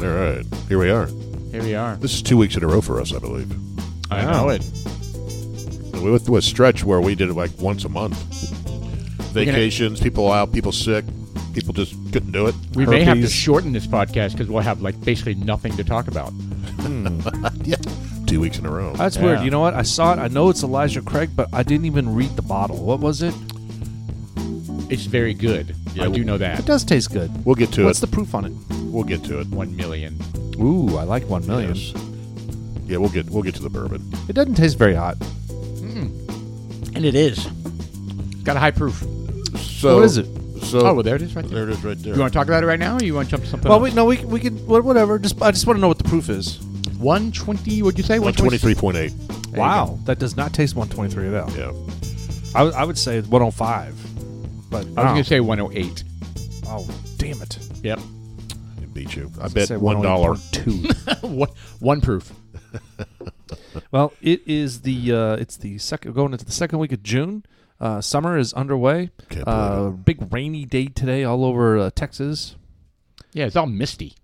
All right. Here we are. Here we are. This is two weeks in a row for us, I believe. I know it. We went through a stretch where we did it like once a month. Vacations, people out, people sick, people just couldn't do it. We may have to Herpes. shorten this podcast because we'll have like basically nothing to talk about. Yeah. Two weeks in a row. That's Yeah. weird. You know what? I saw it. I know it's Elijah Craig, but I didn't even read the bottle. What was it? It's very good. I do know It that. does taste good. we'll get to What's it. the proof on it? we'll get to it. One million. Ooh, I like one million. Yes. Yeah, we'll get we'll get to the bourbon. It doesn't taste very hot. And it is. Got a high proof. So What is it? So Oh, well, there it is right there. there it is right there. You want to talk about it right now or you want to jump to something Well, we, else? no, we we can wha- whatever. Just I just want to know what the proof is. 120, what'd you say? 123. 123.8. you wow, that does not taste 123 at all. Yeah. I, would- I would say it's 105. But I was wow. going to say 108. oh damn it! oh Yep. It beat you. I I bet said one dollar. 108.2. one, one proof. Well, it is the uh, it's the second going into the second week of June. Uh, summer is underway. Can't believe Uh, big rainy day today all over uh, Texas. Yeah, it's all misty.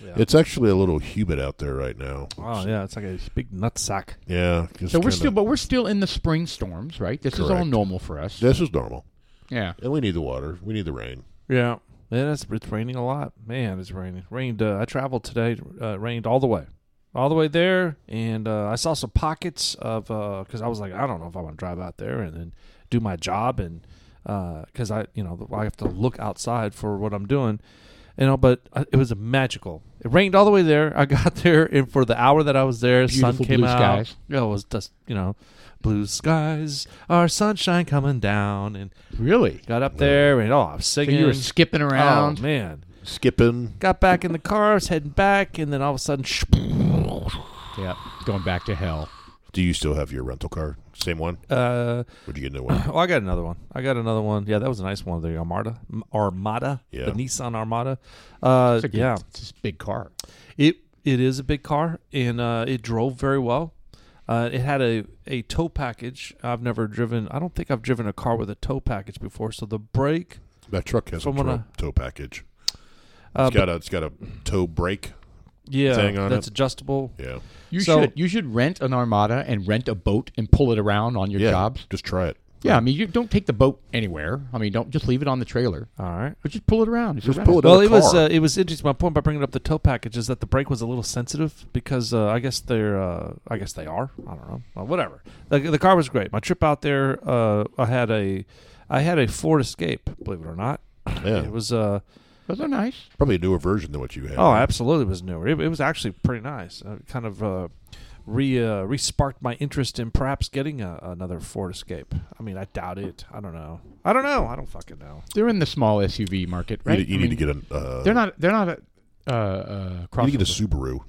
It's actually a little humid out there right now. Oh yeah, it's like a big nut sack. Yeah. just So we're kinda- still, but we're still in the spring storms, right? This is all Correct. normal for us. This is normal. yeah. And we need the water. We need the rain. Yeah, yeah, it's, it's raining a lot. Man, it's raining. Rained. Uh, I traveled today. Uh, rained all the way, all the way there, and uh, I saw some pockets of because I was like, I don't know if I want to drive out there and then do my job and because I you know I have to look outside for what I'm doing, you know. But uh, it was magical. It rained all the way there. I got there, and for the hour that I was there, sun Beautiful came blue out. skies. Yeah, it was just you know, blue skies, our sunshine coming down, and Really? got up there, and oh, I'm So singing. you were skipping around. Oh man! Skipping. Got back in the car, was heading back, and then all of a sudden, sh- yeah. Going back to hell. Do you still have your rental car? Same one? uh, Or did you get a new one? oh, I got another one. I got another one. Yeah, that was a nice one. The Armada, Armada, Yeah. the Nissan Armada. Uh, It's a good- yeah, It's a big car. it it is a big car, and uh, it drove very well. Uh, it had a, a tow package. I've never driven. I don't think I've driven a car with a tow package before. So the brake, That truck has a Someone, tow, uh, tow package. uh, It's got a it's got a tow brake. thing yeah, on that's it. adjustable. Yeah. You So- should you should rent an armada and rent a boat and pull it around on your yeah. jobs. Just try it. Yeah, I mean you don't take the boat anywhere. I mean don't just leave it on the trailer, All right. but just pull it around. It's a Just rental. pull it Well, in it a was Oh, car. uh, it was interesting. My point by bringing up the tow package is that the brake was a little sensitive because uh, I guess they're uh, I guess they are. I don't know. Well, whatever. The, the car was great. My trip out there, uh, I had a I had a Ford Escape. Believe it or not, yeah. it was. Uh, Those are nice. Probably a newer version than what you had. oh, absolutely, it was newer. It, it was actually pretty nice. Uh, it kind of uh, re uh, re sparked my interest in perhaps getting a, another Ford Escape. I mean, I doubt it. I don't know. I don't know. I don't fucking know. They're in the small SUV market, You right? need, you I need mean, to get a uh, They're not. They're not a. Uh, uh, you crossover. need to get a Subaru.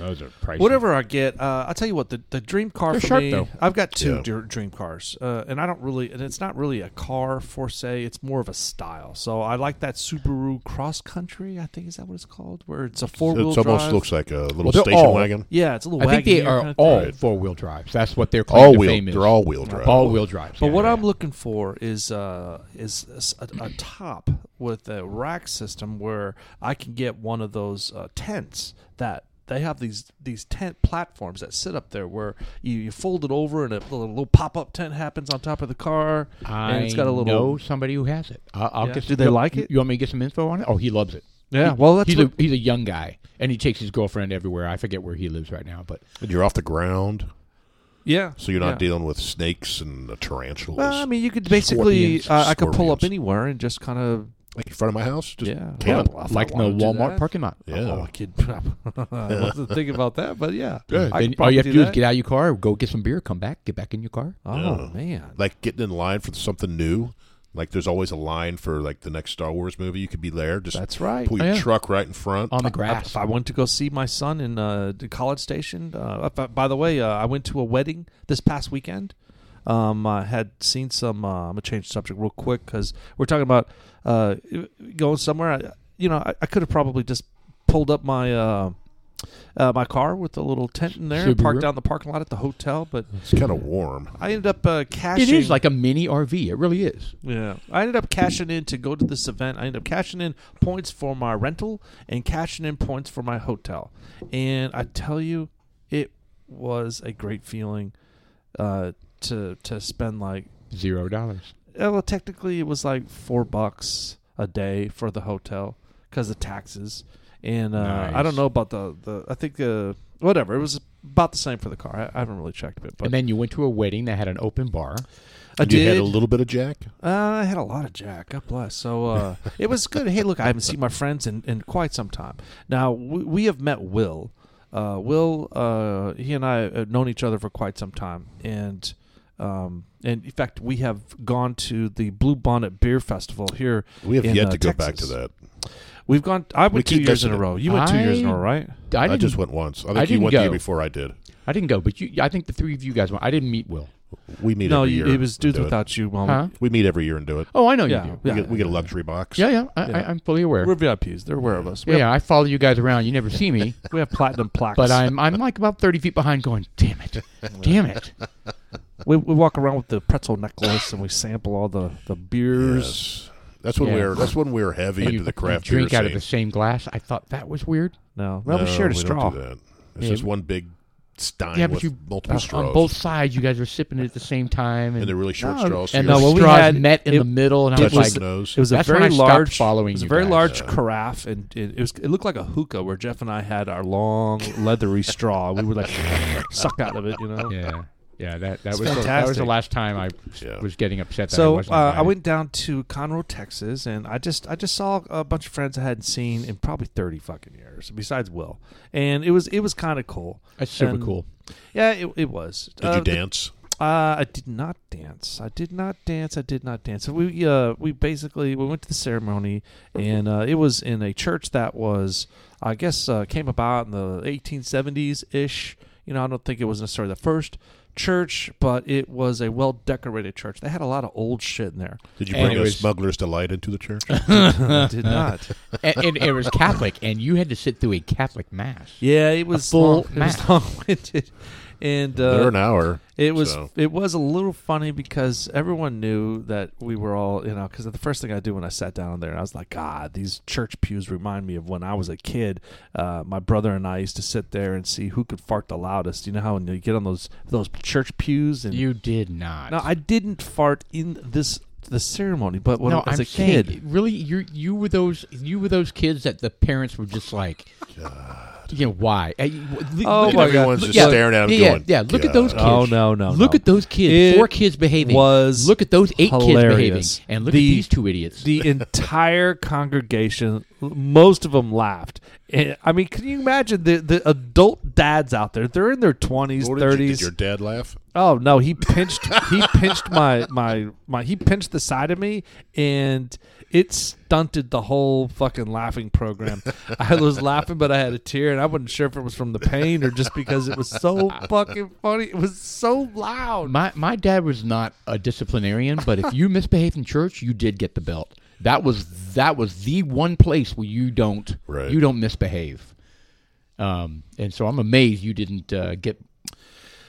Oh, those are pricey. Whatever I get, uh, I'll tell you what the, the dream car They're for sharp, me. though. I've got two Yeah. dr- dream cars, uh, and I don't really, and it's not really a car for say. It's more of a style. So I like that Subaru Cross Country. I think is that what it's called, where it's a four It wheel almost drive. looks like a little Well, they're station all- wagon. yeah, it's a little. I think they wagoneer are kind of thing. all Right. four wheel drives. That's what they're All claim to wheel- fame is. they're all-wheel drive. All wheel drives. But yeah, what yeah, I'm yeah. looking for is uh, is a s- a, a top with a rack system where I can get one of those uh, tents that they have these these tent platforms that sit up there where you, you fold it over and a little, little pop up tent happens on top of the car I and it's got a little know somebody who has it. I, I'll Yeah. get. Do they you- like it? You want me to get some info on it? Oh, he loves it. yeah He- well that's he's what, a he's a young guy, and he takes his girlfriend everywhere. I forget where he lives right now, but And you're off the ground, yeah so you're not yeah. dealing with snakes and the tarantulas. Well, I mean you could basically Scorpions. uh, I could pull up Scorpions. anywhere and just kind of like in front of my house, just yeah camp. Well, if I like in the wanted to do Walmart that- parking lot. Yeah. Oh, I could. I wasn't thinking about that, but yeah. I Then could all probably you have to do do is that. get out of your car, go get some beer, come back, get back in your car. Oh Yeah. man. like getting in line for something new. Like there's always a line for like the next Star Wars movie. You could be there. Just That's right. Pull your Oh, yeah. truck right in front. on the I- grass. If I went to go see my son in uh, the College Station, uh, if I- by the way, uh, I went to a wedding this past weekend. Um, I had seen some. Uh, I'm gonna change the subject real quick because we're talking about uh, going somewhere. I, you know, I, I could have probably just pulled up my uh, uh, my car with a little tent in there, Subaru. parked down the parking lot at the hotel. But It's kind of warm. I ended up uh, cashing. It is like a mini RV. It really is. yeah. I ended up cashing in to go to this event. I ended up cashing in points for my rental and cashing in points for my hotel. And I tell you, it was a great feeling uh, to to spend like Zero dollars. Uh, well, technically, it was like four bucks a day for the hotel because of taxes, and uh, I don't Nice. know about the the. I think uh, whatever it was about the same for the car. I, I haven't really checked it, but And then you went to a wedding that had an open bar. I you had did. a little bit of Jack. uh, I had a lot of Jack. God bless. So uh, it was good. Hey, look, I haven't seen my friends in, in quite some time. Now we, we have met Will. Uh, Will, uh, he and I have known each other for quite some time, and um, and in fact, we have gone to the Blue Bonnet Beer Festival here. We have in, yet uh, to go back to Texas. that. We've gone. I went We two keep years in a missing it. row. You went two years in a I- row, right? I, I, didn't, just went once. I think you didn't went the year go. before I did. I didn't go, but you. I think the three of you guys went. I didn't meet Will. We meet No, every you, year. it was and dudes do it. without you. Well, Huh? We meet every year and do it. Oh, I know Uh-huh. yeah, you do. We, yeah. get, we get a luxury box. Yeah, yeah. I, Yeah. I, I'm fully aware. We're VIPs. They're aware of us. We, yeah, I follow you guys around. You never see me, have, we have platinum plaques. but I'm I'm like about thirty feet behind, going, "Damn it, damn it." we, we walk around with the pretzel necklace and we sample all the the Yes. beers. That's when Yeah. we were. That's when we were heavy And into you- the you craft drink beer out scene. of the same glass. I thought that was weird. No, well, no, we shared a we straw. Don't do that. It's Yeah, just but- one big stein Yeah, but with you- uh, multiple straws, on both sides, you guys were sipping it at the same time, and, and they're really short No, straws. so and uh, you're the No, well, we straws had- met in it- the middle, and I it was touching like, was- those. It was a That's when very I stopped large following It was a you very guys. large carafe, and it, it was it looked like a hookah where Jeff and I had our long leathery straw. We would like suck out of it, you know. Yeah, yeah. That that was was- that was the fantastic. last time I Yeah. was getting upset. That I So wasn't uh, I invited. went down to Conroe, Texas, and I just I just saw a bunch of friends I hadn't seen in probably thirty fucking years, besides Will, and it was it was kind of cool. That's super and- cool. Yeah, it, it was. Did Uh, you dance? Uh, I did not dance. I did not dance. I did not dance. So we uh we basically we went to the ceremony, and uh, it was in a church that was I guess uh, came about in the 1870s ish. You know, I don't think it was necessarily the first church, but it was a well decorated church. They had a lot of old shit in there. Did you And bring it a was- smuggler's delight into the church? Uh, I did not. and, and it was Catholic, and you had to sit through a Catholic mass. Yeah, it was full long, it was mass. long-winded, and uh, They're an hour. It was So. it was a little funny because everyone knew that we were all you know because the first thing I do when I sat down there I was like God these church pews remind me of when I was a kid. Uh, my brother and I used to sit there and see who could fart the loudest. You know how when you get on those those church pews and You did not. no I didn't fart in this the ceremony, but when no, I was I'm a saying, kid. really, you you were those you were those kids that the parents were just like, you know, why? Uh, you- look- Oh look my at- God. Everyone's just yeah, staring at him yeah, going, yeah. Look at those "God." kids. Oh no no! Look no. at those kids. It Four kids behaving. was look at those eight kids behaving, hilarious. and look The- at these two idiots. the entire congregation most of them laughed And, i mean can you imagine the, the adult dads out there they're in their 20s What did you- Did, 30s your dad laugh? oh no he pinched he pinched my my my he pinched the side of me and it stunted the whole fucking laughing program i was laughing but i had a tear and i wasn't sure if it was from the pain or just because it was so fucking funny it was so loud my my dad was not a disciplinarian, but if you misbehaved in church, you did get the belt. That was that was the one place where you don't Right. you don't misbehave. Um, and so I'm amazed you didn't uh, get.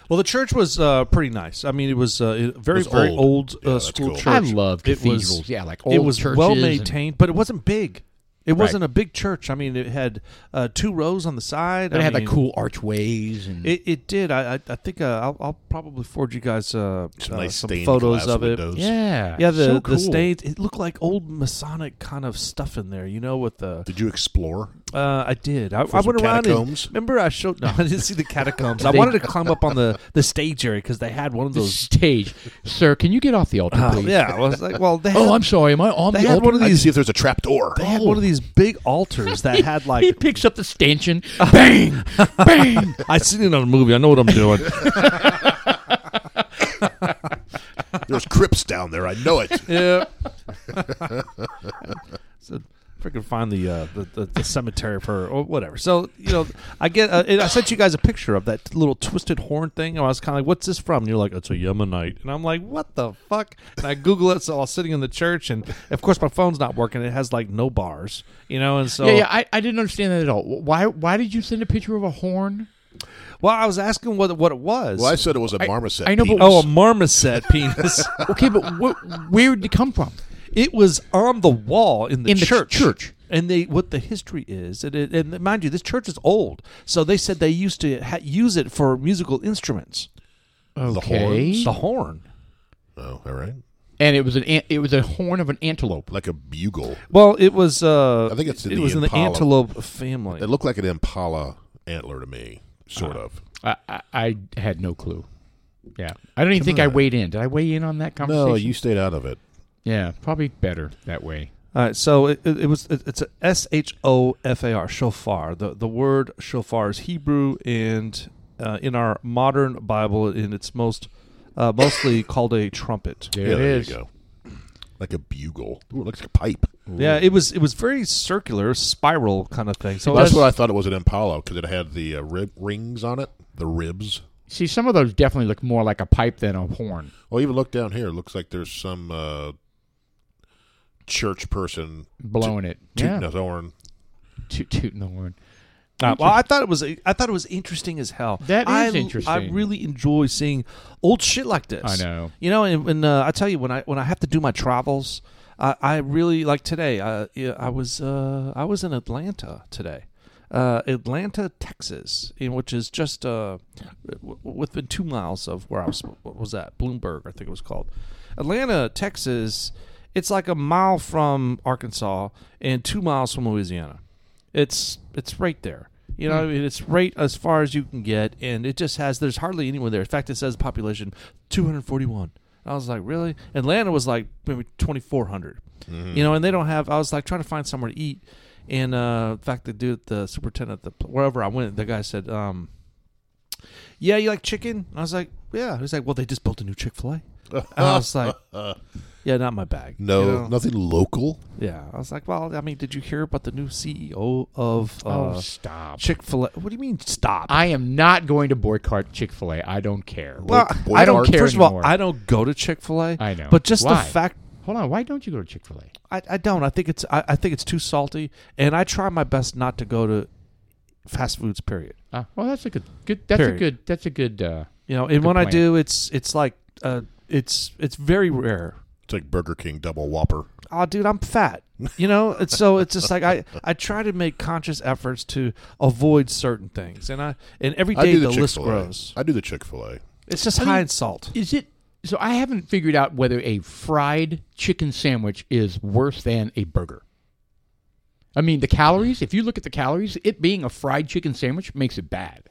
well the church was uh, pretty nice i mean it was uh, very was very old. old, Yeah, uh, that's school cool. church I love It was- cathedrals. yeah, like old it was churches well and- maintained, but it wasn't big. It wasn't a big church. I mean, it had uh, two rows on the side. But I it had like mean, cool archways and It, it did. I I, I think uh, I'll, I'll probably forward you guys uh, Some uh, nice some stained photos glass of it. windows. yeah, Yeah, the so cool. the stage. It looked like old Masonic kind of stuff in there. You know, with the Did you explore? uh, I did. I, I some went around. And, catacombs? remember, I showed. No, I didn't see the catacombs. I They- wanted to climb up on the the stage area because they had one of The those. stage, sir. Can you get off the altar, Uh, please? yeah, I was like, well, they had, Oh, I'm sorry. Am I on they the had altar? one of I these. see if there's a trap door. They had one of these big altars that had like Oh. he picks up the stanchion. Bang, bang. I seen it on a movie. I know what I'm doing. There's crypts down there. I know it. yeah. so, freaking find the, uh, the, the the cemetery for or whatever. So you know, I get uh, and I sent you guys a picture of that little twisted horn thing. And I was kind of like, "What's this from?" And you're like, "It's a Yemenite," and I'm like, "What the fuck?" And I Google it. So I was sitting in the church, and of course my phone's not working. It has like no bars, you know. And so yeah, yeah, I, I didn't understand that at all. Why why did you send a picture of a horn? Well, I was asking what what it was. Well, I said it was a marmoset. I know, but- penis. oh, a marmoset penis. Okay, but wh- where did it come from? It was on the wall in the In the church. church. And they, what the history is, and, it, and mind you, this church is old. So they said they used to ha- use it for musical instruments, Okay, the horn. oh, all right, and it was an an- it was a horn of an antelope. like a bugle. Well, it was. Uh, I think it's in it the was in the Impala. antelope family. They look like an impala antler to me, sort of. Ah, I, I, I had no clue. Yeah, I don't even think I weighed in. Did I weigh in on that conversation? No, you stayed out of it. Yeah, probably better that way. All right, so it, it, it was it, it's a S H O F A R shofar. The the word shofar is Hebrew, and uh, in our modern Bible, in its most uh, mostly called a trumpet. There yeah, it there is. you go. Like a bugle. Ooh, it looks like a pipe. Yeah, it was it was very circular, spiral kind of thing. So Well, that's that's what I thought it was an impala because it had the uh, rib rings on it, the ribs. See, some of those definitely look more like a pipe than a horn. Well, even look down here. It looks like there's some uh, church person Blowing it, tooting yeah, his horn. toot, tooting the horn. uh, well, I thought it was I thought it was interesting as hell. That is I, I interesting. really enjoy seeing old shit like this. I know. You know, and, and uh, I tell you when I when I have to do my travels, I, I really like today. I yeah, I was uh, I was in Atlanta today, uh, Atlanta, Texas, in which is just uh, w- within two miles of where I was. What was that? Bloomberg, I think it was called. Atlanta, Texas. It's like a mile from Arkansas and two miles from Louisiana. It's it's right there. You know, I mean, it's right as far as you can get, and it just has. There's hardly anyone there. In fact, it says population 241. And I was like, really? Atlanta was like maybe 2,400. Mm-hmm. You Hmm. know, and they don't have. I was like trying to find somewhere to eat, and uh, in fact, the dude, the superintendent, the wherever I went, the guy said, um, "Yeah, you like chicken?" And I was like, "Yeah." He's like, "Well, they just built a new Chick Fil A." and I was like, "Yeah, not my bag." No, you know? nothing local. Yeah, I was like, well, I mean, did you hear about the new CEO of Oh, uh, stop! Chick Fil A? What do you mean stop? I am not going to boycott Chick Fil A. I don't care. well, boy- I don't boycott care. First of all, anymore. I don't go to Chick Fil A. I know. but just Why? the fact Hold on, why don't you go to Chick Fil A? I, I don't. I think it's I, I think it's too salty, and I try my best not to go to fast foods. Period. Ah, well, that's a good, good. That's Period. a good. That's a good. Uh, You know, and when I plan. do, it's it's like uh, it's it's very rare. It's like Burger King double whopper. oh dude i'm fat you know and so it's just like i i try to make conscious efforts to avoid certain things and i and every I day do the, the, list Chick-fil-A. grows I do the Chick Fil A. it's just I mean- high in salt is it? So I haven't figured out whether a fried chicken sandwich is worse than a burger. I mean, the calories. If you look at the calories, it being a fried chicken sandwich makes it bad,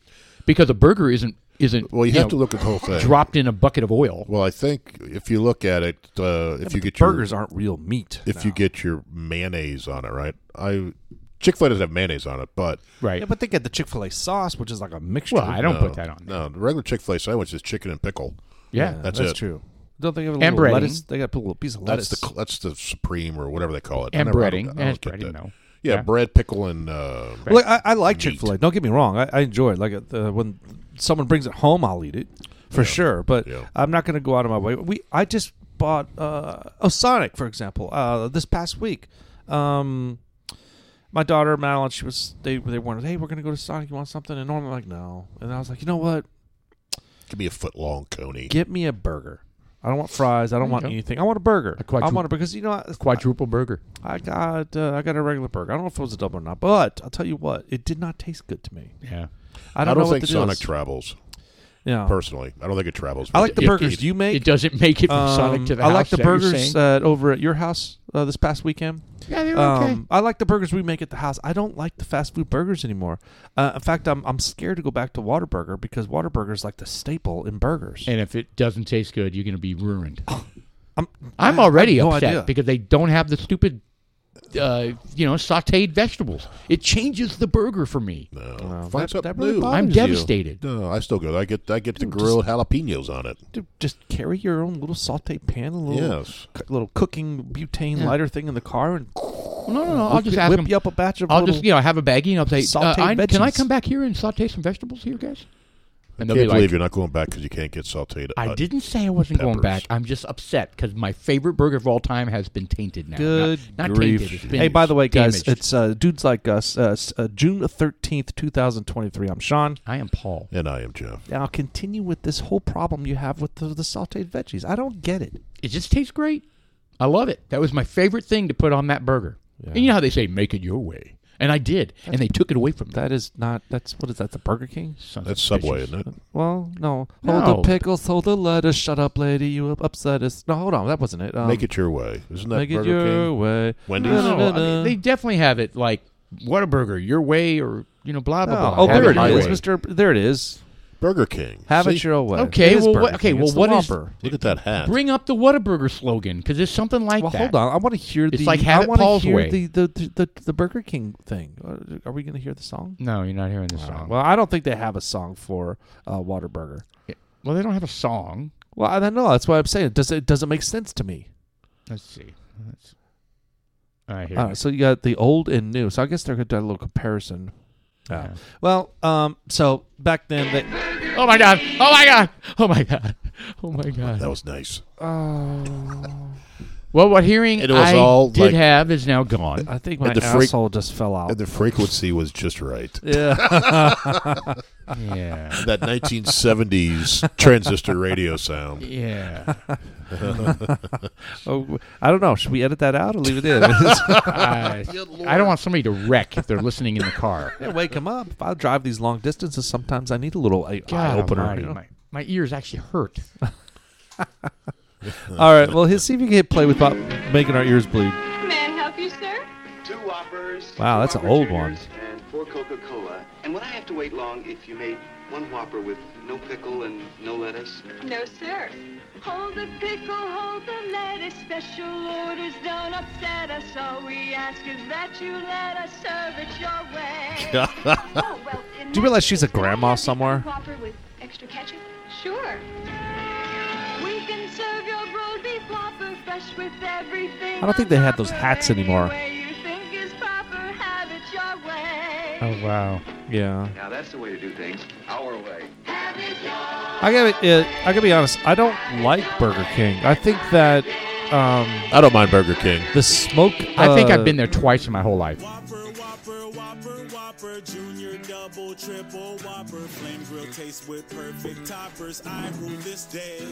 because a burger isn't isn't. Well, you, have to know, look at the whole thing. dropped in a bucket of oil. Well, I think if you look at it, uh, if you get your burgers aren't real meat if you get your mayonnaise on it, right? I Chick Fil A doesn't have mayonnaise on it, but Right. yeah but they get the chick-fil-a sauce which is like a mixture well, I don't no, put that on. No, the regular Chick Fil A sandwich is chicken and pickle. Yeah. that's it. true don't they have a And little breading. lettuce they got to put a little piece of That's lettuce the cl- that's the supreme or whatever they call it. I and never- I breading. don't- I Yeah, don't it's get breading that. though. Yeah, Yeah. bread, pickle, and uh, Look, I, I like Chick Fil A. meat. Don't get me wrong, I, I enjoy it. Like uh, when someone brings it home, I'll eat it for sure. But Yeah. I'm not going to go out of my way. We I just bought uh, a Sonic, for example, uh, this past week. Um, my daughter Madeline, she was they they wanted, hey, we're going to go to Sonic. You want something? And normally like, no. And I was like, you know what? give me a foot long coney. Get me a burger. I don't want fries. I don't you want go. anything. I want a burger. A quadru- I want a because you know I- Quadruple burger. I got uh, I got a regular burger. I don't know if it was a double or not, but I'll tell you what, it did not taste good to me. Yeah. I don't, know what think the deal Sonic is. travels Yeah. personally. I don't think it travels. I like the It- it- burgers it- you make. It doesn't make it from Um, Sonic to the I house. like the is that what you're burgers saying? uh, over at your house uh, this past weekend. yeah, they were okay. Um, I like the burgers we make at the house. I don't like the fast food burgers anymore. Uh, in fact, I'm I'm scared to go back to Waterburger because Waterburger is like the staple in burgers. And if it doesn't taste good, you're going to be ruined. Oh, I'm, I'm I have already no upset idea. because they don't have the stupid, uh, you know, sautéed vegetables. It changes the burger for me. No, Wow, find that- something that really new. bothers- I'm you. devastated. No, I still go. I get I get the grilled jalapenos on it. Dude, just carry your own little saute pan, a little Yes. c- little cooking butane lighter thing in the car, and Well, no, no, no. I'll just ask whip them. you up a batch of. I'll little- just you know have a baggie and I'll say, uh, Sauteed I, "Can I veggies. come back here and saute some vegetables here, guys?" And I they'll can't be believe like, you're not going back because you can't get sauteed. "I uh, didn't say I wasn't going peppers. back. I'm just upset because my favorite burger of all time has been tainted now. Good not, not grief. tainted. It's been hey, by the way, guys, damaged. it's uh, dudes like us. Uh, s- uh, June thirteenth, two thousand twenty-three. I'm Sean. I am Paul. And I am Jeff. Now continue with this whole problem you have with the, the sautéed veggies. I don't get it. It just tastes great. I love it. That was my favorite thing to put on that burger. And you know how they say, "Make it your way," and I did, and they took it away from me. That is not. That's what is that? The Burger King? Sons That's of bitches. Subway, isn't it? Well, no. No. Hold the pickles. Hold the lettuce. Shut up, lady. You up- upset us. No, hold on. That wasn't it. Um, make it your way. Isn't that make it Burger your King? way. Wendy's? No, no, Da-da-da-da. I mean, they definitely have it like Whataburger, your way, or you know, blah blah Oh, blah. oh, Have there it it my is, way. Mister. There it is. Burger King. Have See? it your way. Okay, It is well, Burger what- okay, King. well, It's the what is- Whopper. Look at that hat. Bring up the Whataburger slogan because there's something like Well, that. hold on. I want to hear the. It's like have I it want to Paul's hear way. the the, the the the Burger King thing. Uh, Are we going to hear the song? No, you're not hearing this song. Well, Well, I don't think they have a song for uh, Waterburger. they don't have a song. Well, I don't know. That's why I'm saying it doesn't it doesn't make sense to me. Let's see. Let's... All right, here. Uh, we so you got the old and new. So I guess they're going to do a little comparison. go. Uh, Well, um, so back then, they, Oh my god! Oh my god! Oh my god! Oh my god! That was nice. Oh. Well, what hearing It was I all did like- have is now gone. I think And my the freak- asshole just fell out. And the frequency was just right. yeah, yeah. That 1970s transistor radio sound. Yeah. oh, I don't know. Should we edit that out or leave it in? I, I don't want somebody to wreck if they're listening in the car. Yeah, wake him up. If I drive these long distances, sometimes I need a little uh, eye eye God opener. almighty, you know? my, my ears actually hurt. All right. Well, his, see if you can hit play without making our ears bleed. May I help you, sir? Two Whoppers. Wow, two that's an Whopper old Juniors, And four Coca-Cola. And would I have to wait long if you made one Whopper with no pickle and no lettuce? No, sir. Hold the pickle, hold the lettuce. Special orders don't upset us. All we ask is that you let us serve it your way. oh, well, in Do you that realize she's a case, can I grandma have the somewhere? Whopper with extra ketchup? Sure. We can serve your grilled beef Whopper fresh with everything. I don't think they have those hats anymore. Oh wow! Yeah. Now that's the way to do things. Our way. I gotta, uh, I gotta be honest. I don't like Burger King. I think that um, I don't mind Burger King. the smoke. I think uh, I've been there twice in my whole life. Whopper, Whopper, Whopper, Whopper, Junior, Double, Triple, Whopper, Flame Grill taste with perfect toppers. I rule this day.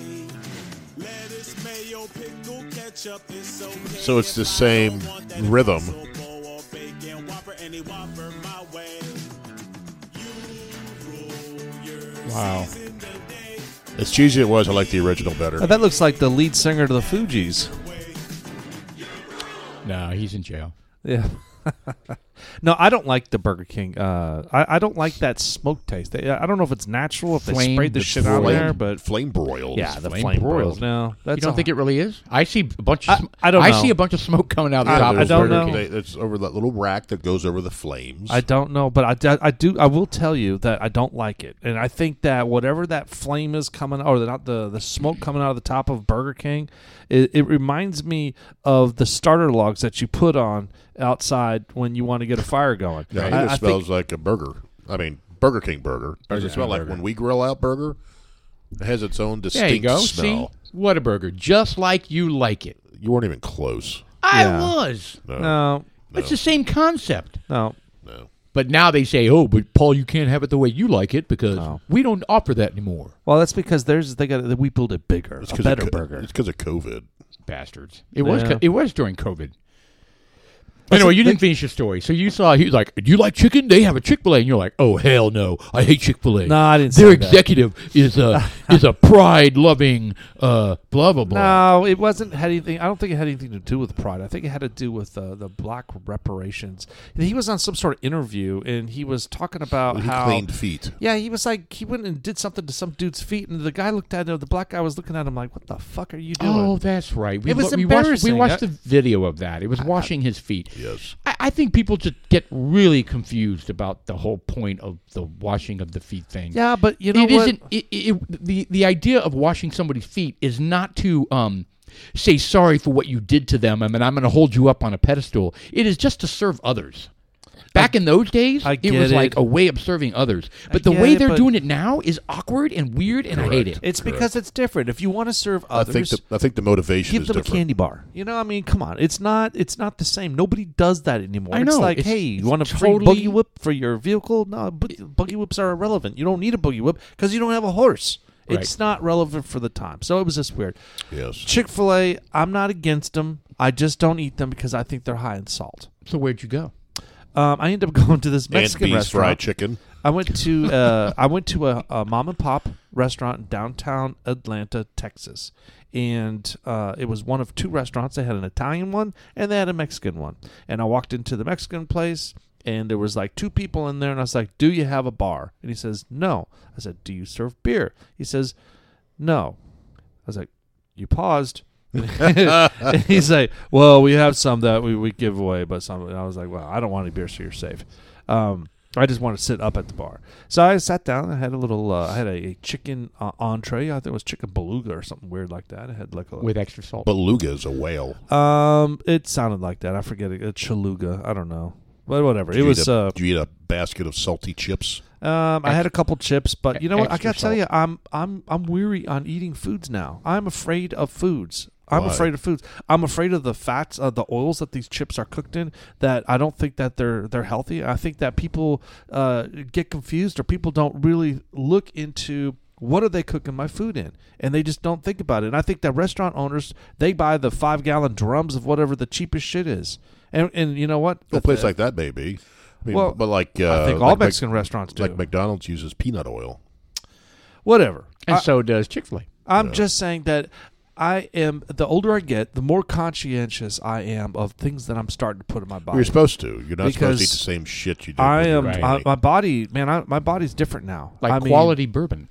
Lettuce, mayo, pickle, ketchup, it's okay. So it's the if I same don't want that rhythm. hot sauce or bacon, Whopper, any Whopper my way. You rule your Wow. season today. As cheesy it was, I like the original better. Uh, That looks like the lead singer to the Fugees. No, he's in jail. Yeah. no, I don't like the Burger King. Uh, I, I don't like that smoke taste. They, I don't know if it's natural if they Flame- sprayed the the shit out flame- there, but flame broiled. yeah, the flame, flame broils. broiled. No, that's you don't a- think it really is? I see a bunch. Of I- sm- I don't know. see a bunch of smoke coming out of the Yeah, top there's of I don't Burger know. King. They- It's over that little rack that goes over the flames. I don't know, but I, do- I do. I will tell you that I don't like it, and I think that whatever that flame is coming, or the not the the smoke coming out of the top of Burger King, it, it reminds me of the starter logs that you put on outside when you want to get a fire going. Yeah, it I- I just think- smells like a burger. I mean, Burger King burger. Does it smell like when we grill out burger? It has its own There distinct you go. smell. See, what a burger, just like you like it. You weren't even close. I Yeah. was. No, no, It's the same concept. no. no. But now they say, "Oh, but Paul, you can't have it the way you like it because Oh. we don't offer that anymore." Well, that's because there's they got we build it bigger, It's a 'cause better of, co- burger. It's because of COVID. Bastards! It was. Yeah. co- It was during COVID. anyway, you didn't finish your story. So you saw he was like, "Do you like chicken? They have a Chick Fil A," and you're like, "Oh hell no, I hate Chick Fil A." No, I didn't Their say that. executive is a is a pride loving uh, blah blah blah. No, it wasn't had anything. I don't think it had anything to do with pride. I think it had to do with uh, the black reparations. And he was on some sort of interview, and he was talking about He how cleaned feet. Yeah, he was like he went and did something to some dude's feet, and the guy looked at him. The black guy was looking at him like, "What the fuck are you doing?" Oh, that's right. We, It was wa- we watched, we embarrassing. watched the I- video of that. It was washing his feet. Yes. I, I think people just get really confused about the whole point of the washing of the feet thing. yeah, but you know it what? isn't. It, it, it- the the idea of washing somebody's feet is not to um say sorry for what you did to them, and I'm going to hold you up on a pedestal. It is just to serve others. Back in those days, I it was get like it. a way of serving others. But the get way it, they're but- doing it now is awkward and weird, and I hate it. It's because it's different. If you want to serve I others, think the I think the motivation Give is them a different. candy bar. You know, I mean, come on. It's not. It's not the same. Nobody does that anymore. I It's know. like, It's- hey, you it's want a free totally- buggy whip for your vehicle? No, bu- buggy whips are irrelevant. You don't need a buggy whip because you don't have a horse. It's not relevant for the time. So it was just weird. Yes. Chick Fil A. I'm not against them. I just don't eat them because I think they're high in salt. So where'd you go? Um, I end up going to this Mexican and bees restaurant. fried chicken. I went to uh, I went to a, a mom and pop restaurant in downtown Atlanta, Texas, and uh, it was one of two restaurants. They had an Italian one and they had a Mexican one. And I walked into the Mexican place, and there was like two people in there, and I was like, "Do you have a bar?" And he says, "No." I said, "Do you serve beer?" He says, "No." I was like, "You paused." and he's like, "Well, we have some that we, we give away, but some." And I was like, "Well, I don't want any beer, so you're safe." Um, I just want to sit up at the bar, so I sat down. I had a little, uh, I had a, a chicken uh, entree. I think it was chicken beluga or something weird like that. I had like a With extra salt. Beluga is a whale. um, it sounded like that. I forget it. A chaluga. I don't know, but whatever. Do It you was eat a, uh, do you eat a basket of salty chips? Um, I had a couple chips, E but you know what? I Extra gotta tell you, I'm I'm I'm weary on eating foods now. I'm afraid of foods. I'm Why? afraid of foods. I'm afraid of the fats, of the oils that these chips are cooked in. That I don't think that they're they're healthy. I think that people uh, get confused or people don't really look into what are they cooking my food in, and they just don't think about it. And I think that restaurant owners they buy the five gallon drums of whatever the cheapest shit is. And and you know what? A place like that, maybe. I mean, Well, but like uh, I think all like Mc- Mexican restaurants do. like McDonald's uses peanut oil. whatever. and so does Chick fil A. I'm just saying that I am. The older I get, the more conscientious I am of things that I'm starting to put in my body. You're supposed to. You're not supposed Because to eat the same shit you do. I am. Right. I, my body, man. I, my body's different now. Like I mean- quality bourbon.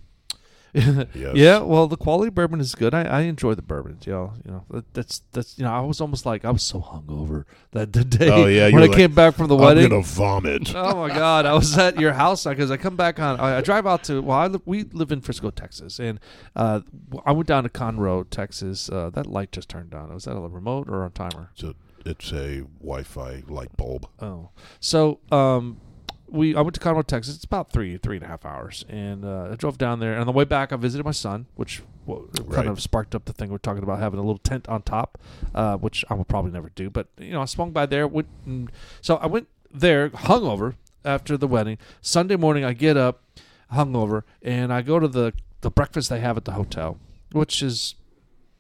yes. Yeah, well, the quality bourbon is good. I, I enjoy the bourbon. You know, you know that, that's that's you know I was almost like I was so hungover that the day Oh, yeah, you when I were like, came back from the I'm wedding. gonna vomit. Oh my God! I was at your house because I come back on. I, I drive out to. Well, I li- we live in Frisco, Texas, and uh, I went down to Conroe, Texas. Uh, that light just turned on. Was that a remote or on timer? It's a, it's a Wi-Fi light bulb. Oh, so um, we I went to Conroe, Texas. It's about three three and a half hours, and uh, I drove down there. And on the way back, I visited my son, which well, Right. kind of sparked up the thing we're talking about having a little tent on top, uh, which I will probably never do. But you know, I swung by there. Went and, so I went there hungover after the wedding. Sunday morning, I get up hungover, and I go to the the breakfast they have at the hotel, which is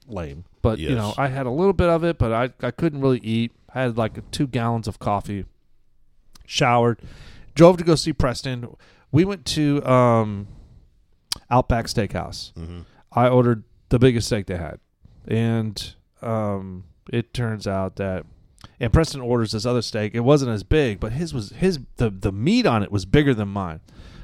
lame. But you Yes. know, I had a little bit of it, but I, I couldn't really eat. I had like two gallons of coffee, showered, drove to go see Preston. We went to um, Outback Steakhouse. I ordered the biggest steak they had, and um, it turns out that and Preston orders this other steak. It wasn't as big, but his was his the the meat on it was bigger than mine,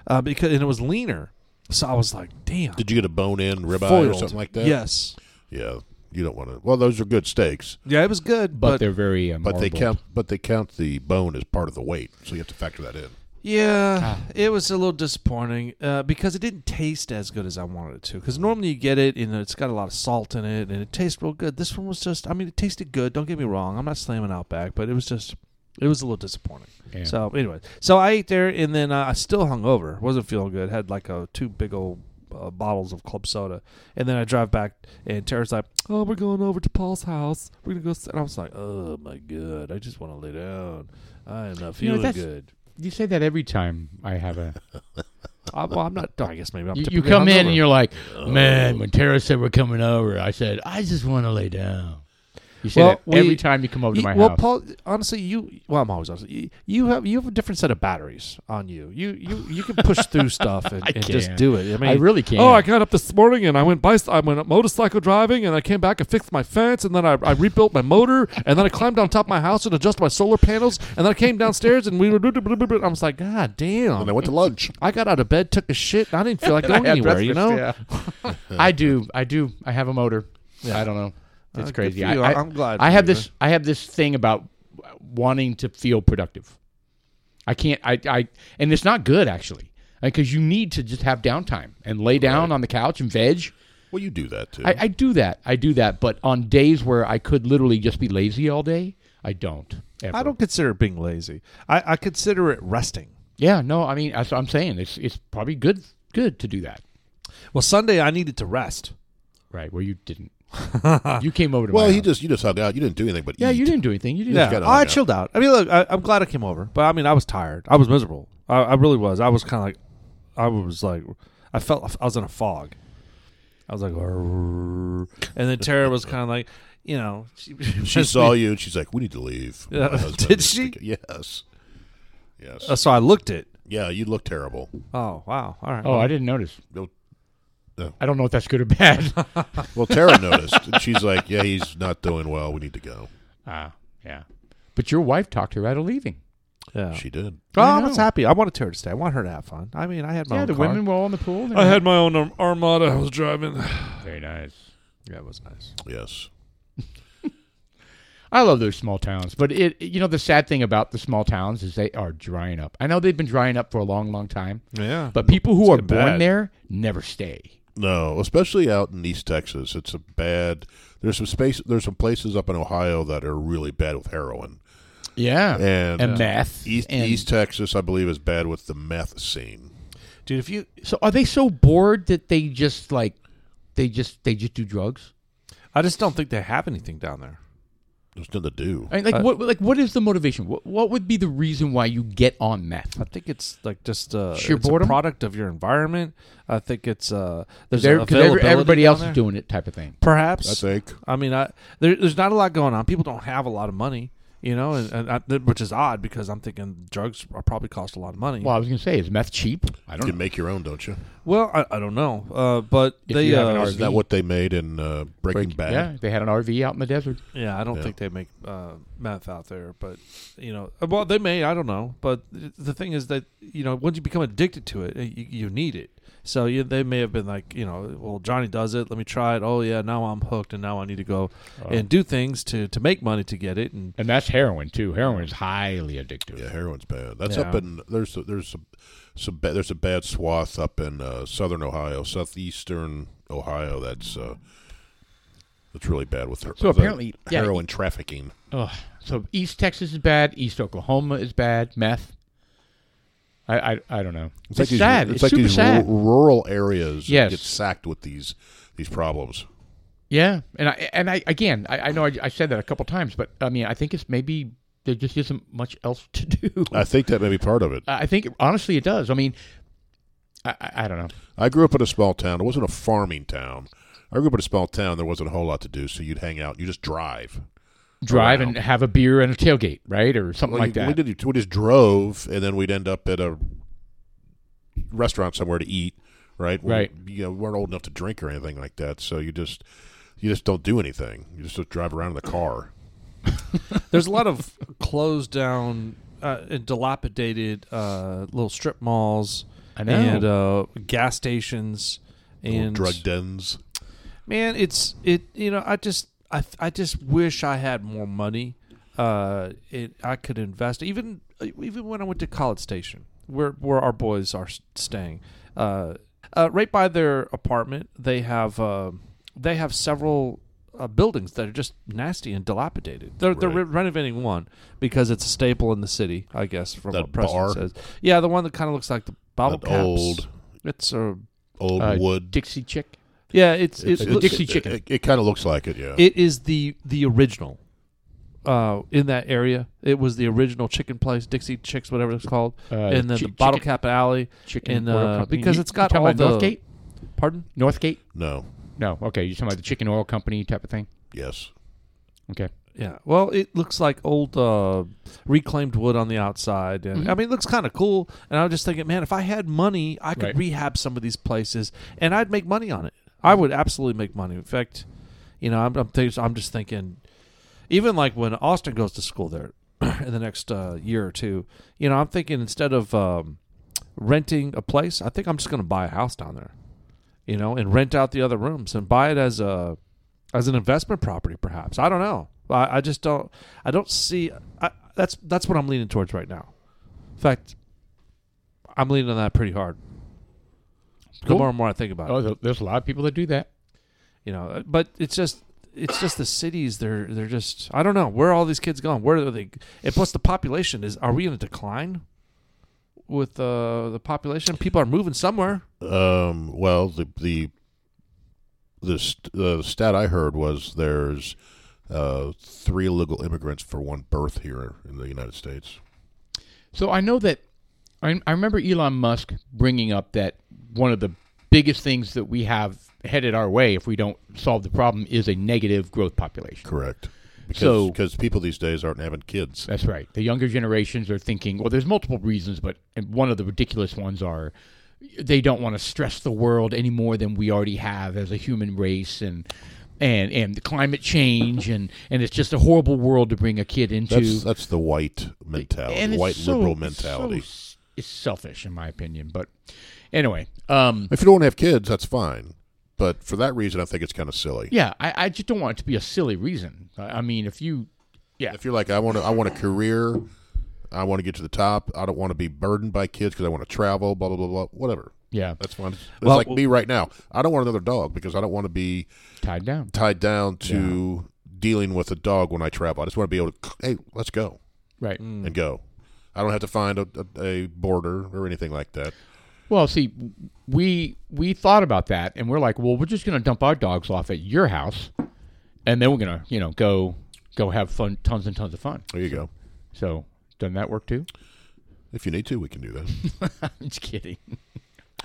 uh, because and it was leaner. So I was like, damn. Did you get a bone-in ribeye or foiled. something like that? Yes. Yeah. You don't want to. Well, those are good steaks, Yeah, it was good, But, but, they're very. Um, but they count. But they count the bone as part of the weight, so you have to factor that in. Ah. yeah, it was a little disappointing uh, because it didn't taste as good as I wanted it to. Because normally you get it and it's got a lot of salt in it, and it tastes real good. This one was just, I mean, it tasted good. Don't get me wrong, I'm not slamming Outback, but it was just, it was a little disappointing. Yeah. So anyway, so I ate there and then uh, I still hung over, wasn't feeling good. Had like a two big old. Uh, bottles of club soda, and then I drive back, and Tara's like, "Oh, we're going over to Paul's house. We're gonna go." Sit. And I was like, "Oh my god, I just want to lay down. I am not You know, feeling that's- good." You say that every time I have a. I, well, I'm not. I guess maybe I'm. You, you typically come in hungover. and you're like, man, when Tara said we're coming over, I said, I just want to lay down. You say that we- every time you come over you- to my well, house. Paul, honestly, you. Well, I'm always honest. You, you have you have a different set of batteries on you. You you you can push through stuff and, I and just can't. do it. I mean, I really can't. Oh, I got up this morning and I went by. I went motorcycle driving and I came back and fixed my fence and then I, I rebuilt my motor and then I climbed on top of my house and adjusted my solar panels and then I came downstairs and we were. I was like, God And damn. I went to lunch. I got out of bed, took a shit, and I didn't feel like going I had anywhere. You know, breakfast, yeah. I do. I do. I have a motor. I don't know. It's Uh, good crazy. for I, you. I, I'm glad I for have you. this. I have this thing about wanting to feel productive. I can't. I. I and it's not good actually because you need to just have downtime and lay down on the couch and veg. Well, you do that too. I, I do that. I do that. But on days where I could literally just be lazy all day, I don't. ever. I don't consider it being lazy. I, I consider it resting. Yeah, no. I mean, that's what I'm saying. It's it's probably good good to do that. Well, Sunday I needed to rest. Right. Well, you didn't. you came over to well, my he house. just you just hung out. You didn't do anything but Yeah, eat. you didn't do anything. You didn't. Yeah, gotta I hang out. chilled out. I mean, look, I, I'm glad I came over, but I mean, I was tired. I was miserable. I, I really was. I was kind of like, I was like, I felt I was in a fog. I was like, "Arr." and then Tara was kind of like, you know, she, She saw you and she's like, "We need to leave." Yeah. My husband Did is she? thinking- Yes. Yes. Uh, so I looked it. yeah, you look terrible. Oh wow! All right. Oh, I didn't notice. No- I don't know if that's good or bad. Well, Tara noticed, and she's like, "Yeah, he's not doing well. We need to go." Ah, yeah. But your wife talked her out of leaving. Yeah. She did. oh, I I was know. happy. I wanted Tara to stay. I want her to have fun. I mean, I had my yeah, own the car. women were all in the pool. They Oh, I were- had my own um, Armada. I was driving. very nice. Yeah, it was nice. Yes. I love those small towns, but it you know the sad thing about the small towns is they are drying up. I know they've been drying up for a long, long time, Yeah. but people who are born getting bad. there never stay. No, especially out in East Texas, it's a bad. There's some space. There's some places up in Ohio that are really bad with heroin, Yeah, and, and meth. East and- East Texas, I believe, is bad with the meth scene. dude, if you, So are they so bored that they just like they just they just do drugs? I just don't think they have anything down there. There's nothing to do. I mean, like what like what is the motivation? What what would be the reason why you get on meth? I think it's like just uh, Sheer it's a boredom? product of your environment. I think it's uh, there's They're- a 'cause every- availability everybody down else is there. doing it, type of thing. Perhaps I think. I mean, I there, there's not a lot going on. People don't have a lot of money, you know, and, and I, th- which is odd because I'm thinking drugs are probably cost a lot of money. Well, I was gonna say, is meth cheap? I You don't can know. make your own, don't you? Well, I, I don't know, uh, but If they you have an uh, RV. Isn't that what they made in uh, Breaking Bad? Yeah, they had an RV out in the desert. yeah, I don't Yeah. think they make uh, meth out there, but you know, uh, well, they may, I don't know, but th- the thing is that you know, once you become addicted to it, uh, you, you need it. So you, they may have been like, you know, well, Johnny does it. Let me try it. Oh yeah, now I'm hooked, and now I need to go Uh-huh. and do things to to make money to get it. And And that's heroin too. Heroin is highly addictive. Yeah, heroin's bad. That's up Yeah. in there's a, there's some some ba- there's a bad swath up in uh, southern Ohio, southeastern Ohio. That's uh, that's really bad with her. So with apparently- that yeah, heroin trafficking. Ugh. So East Texas is bad. East Oklahoma is bad. Meth. I I, I don't know. It's, these- sad. It's, It's, like super these sad. ru- rural areas Yes. get sacked with these these problems. yeah, and I and I again I, I know I, I said that a couple times, but I mean I think it's maybe there just isn't much else to do. I think that may be part of it. I think honestly it does. I mean, I I, I don't know. I grew up in a small town. It wasn't a farming town. I grew up in a small town. There wasn't a whole lot to do, so you'd hang out. You just drive. Drive Around. and have a beer and a tailgate, right, or something Well, like you- that. We, did, we just drove, and then we'd end up at a restaurant somewhere to eat, right? We- Right. You know, we weren't old enough to drink or anything like that, so you just you just don't do anything. You just, drive around in the car. There's a lot of closed down uh, and dilapidated uh, little strip malls I know. and uh, gas stations Little and drug dens. man, it's it. You know, I just I I just wish I had more money. Uh, it I could invest even uh, even when I went to College Station, where where our boys are s- staying. Uh, uh, right by their apartment, they have uh, they have several. Uh, buildings that are just nasty and dilapidated. They're they're re- Right. renovating one because it's a staple in the city, I guess. From That what Preston bar? says, yeah, the one that kind of looks like the bottle That caps. old- It's a Old Uh, wood. Dixie chick. yeah. It's it's, It- loo- Dixie chicken. It, it kind of looks like it, yeah. it is the the original uh, in that area. It was the original chicken place, Dixie Chicks, whatever it's called, Uh, and then chi- the Bottle chicken- Cap Alley. Chicken and, oil uh, company. because You- it's got you talking all about the Northgate. Pardon? Northgate. no. No, okay. You're talking about the chicken oil company type of thing. Yes. Okay. Yeah. Well, it looks like old uh, reclaimed wood on the outside, and I mean, it looks kind of cool. And I was just thinking, man, if I had money, I could Right. rehab some of these places, and I'd make money on it. I would absolutely make money. In fact, you know, I'm I'm, think- I'm just thinking, even like when Austin goes to school there in the next uh, year or two, you know, I'm thinking instead of um, renting a place, I think I'm just going to buy a house down there, you know, and rent out the other rooms and buy it as a as an investment property, perhaps. I don't know. I, I just don't. I don't see. I, that's that's what I'm leaning towards right now. In fact, I'm leaning on that pretty hard. The Cool. more and more I think about it. Oh, there- there's a lot of people that do that. you know. uh, But it's just it's just the cities. They're they're just I don't know where are all these kids going. Where are they? And plus the population is. Are we in a decline with uh, the population? People are moving somewhere. Um, well, the the the, st- the stat I heard was there's uh, three illegal immigrants for one birth here in the United States. So I know that I, I remember Elon Musk bringing up that one of the biggest things that we have headed our way if we don't solve the problem is a negative growth population. Correct. Because, So- because people these days aren't having kids. That's right. The younger generations are thinking, well, there's multiple reasons, but and one of the ridiculous ones are they don't want to stress the world any more than we already have as a human race and and and the climate change and and it's just a horrible world to bring a kid into. That's that's the white mentality, and it's white so- liberal so mentality. s- it's selfish in my opinion, but anyway, um if you don't have kids, that's fine. But for that reason, I think it's kind of silly. yeah, I, I just don't want it to be a silly reason. I, I mean, if you If you're like, I want to, I want a career, I want to get to the top. I don't want to be burdened by kids because I want to travel. Blah blah blah blah. Whatever. yeah, That's fine. It's Well- like me right now. I don't want another dog because I don't want to be tied down. tied down to dealing with a dog when I travel. I just want to be able to, hey, let's go Right. and go. I don't have to find a, a, a border or anything like that. Well, see, we we thought about that, and we're like, well, we're just going to dump our dogs off at your house, and then we're going to, you know, go go have fun, tons and tons of fun. There you go. So, doesn't that work too? If you need to, we can do that. I'm just kidding.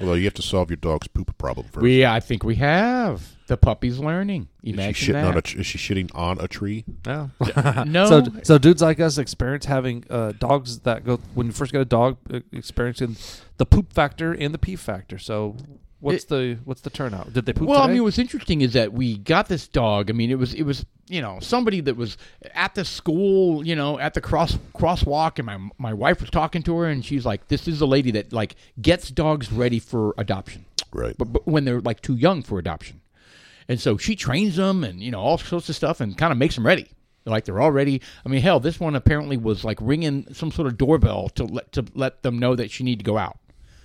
Although you have to solve your dog's poop problem first. We, I think we have the puppy's learning. Imagine is she shitting that. on a, tr- is she shitting on a tree? Yeah. No. So, so dudes like us experience having uh, dogs that go when you first get a dog, uh, experiencing the poop factor and the pee factor. So, what's It- the what's the turnout? Did they poop? Well, I today? mean, what's interesting is that we got this dog. I mean, it was it was you know somebody that was at the school, you know, at the cross crosswalk, and my my wife was talking to her, and she's like, "This is the lady that like gets dogs ready for adoption, Right. but, but when they're like too young for adoption, and so she trains them and you know all sorts of stuff, and kind of makes them ready." Like they're already. I mean, hell, this one apparently was like ringing some sort of doorbell to let to let them know that she needed to go out.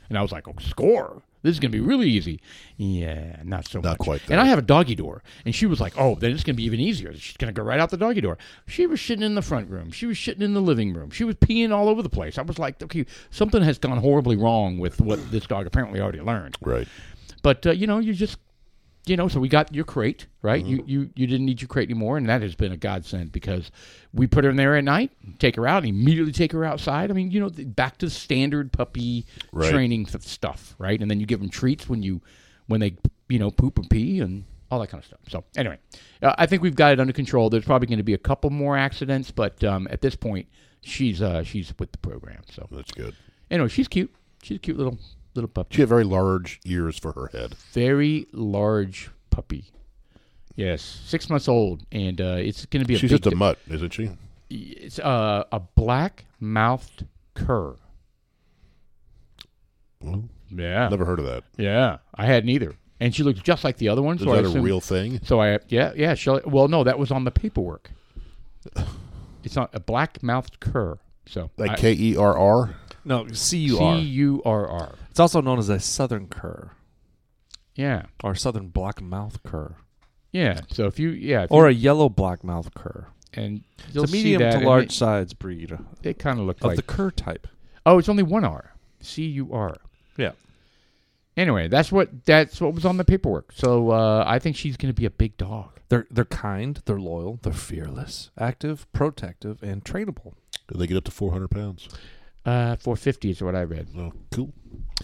And I was like, oh, score. This is going to be really easy. Yeah, not so much. quite And I there. have a doggy door. And she was like, oh, then it's going to be even easier. She's going to go right out the doggy door. She was shitting in the front room. She was shitting in the living room. She was peeing all over the place. I was like, okay, something has gone horribly wrong with what this dog apparently already learned. Right. But, uh, you know, you just, you know, so we got your crate, right? You, you, you didn't need your crate anymore. And that has been a godsend because we put her in there at night, take her out, and immediately take her outside. I mean, you know, the, back to standard puppy Right. training eating th- stuff, right? And then you give them treats when you when they you know poop and pee and all that kind of stuff. So anyway, uh, I think we've got it under control. There's probably going to be a couple more accidents, but um, at this point, she's uh, she's with the program. So That's good. anyway, she's cute. She's a cute little little puppy. She had very large ears for her head. Very large puppy. Yes, six months old, and uh, it's going to be a She's big just a di- mutt, isn't she? it's uh, a black mouthed cur. Well, Yeah, Oh. Never heard of that. yeah, I hadn't either, and she looks just like the other one. Is so I that a assume- real thing? So I yeah yeah Shelley. Well, no, that was on the paperwork. It's not a black mouthed cur. So Like K E R R? no C U C R. U R R. It's also known as a southern cur Yeah or southern black mouth cur yeah. So if you yeah if or you, a yellow black mouth cur. and you'll It's a see medium that, to and large It, size breed of they kind of look like the cur type. oh, it's only one R. C U R. Yeah. Anyway, that's what that's what was on the paperwork. So uh, I think she's going to be a big dog. They're they're kind, they're loyal, they're fearless, active, protective, and trainable. Do they get up to 400 pounds? Uh, 450 is what I read. Oh, cool.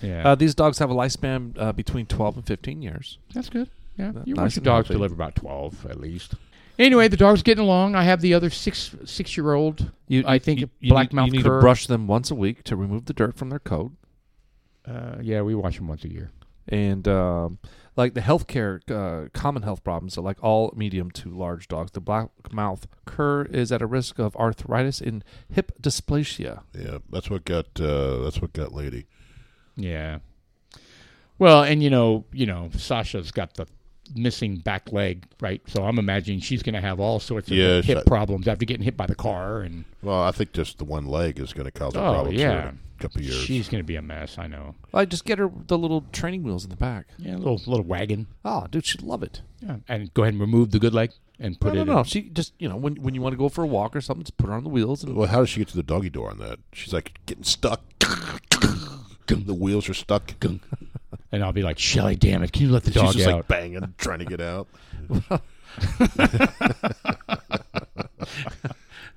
Yeah, Uh, these dogs have a lifespan uh, between 12 and 15 years. That's good. Yeah, you nice want your and dogs to healthy. live about twelve at least. Anyway, the dog's getting along. I have the other six six year old. I think you, a black need, mouth you need cur. to brush them once a week to remove the dirt from their coat, Uh, yeah, we watch them once a year. and um, like the healthcare uh, common health problems, so like all medium to large dogs, the black mouth cur is at a risk of arthritis and hip dysplasia. Yeah, that's what got uh, that's what got lady. Yeah. Well, and you know, you know, Sasha's got the missing back leg, right? So I'm imagining she's going to have all sorts of Yeah, hip she- problems after getting hit by the car, and Well, I think just the one leg is going to cause a Oh, problem here yeah. in a couple of years. she's going to be a mess. I know. Like, just get her the little training wheels in the back. Yeah, a little little wagon, Oh, dude, she'd love it. yeah. and go ahead and remove the good leg and put no, it. no, no. in. She just, you know, when when you want to go for a walk or something, just put her on the wheels. And, Well, how does she get to the doggy door on that? She's like getting stuck. the wheels are stuck. and I'll be like, Shelly, damn it, can you let the She's dog just out? like banging, trying to get out.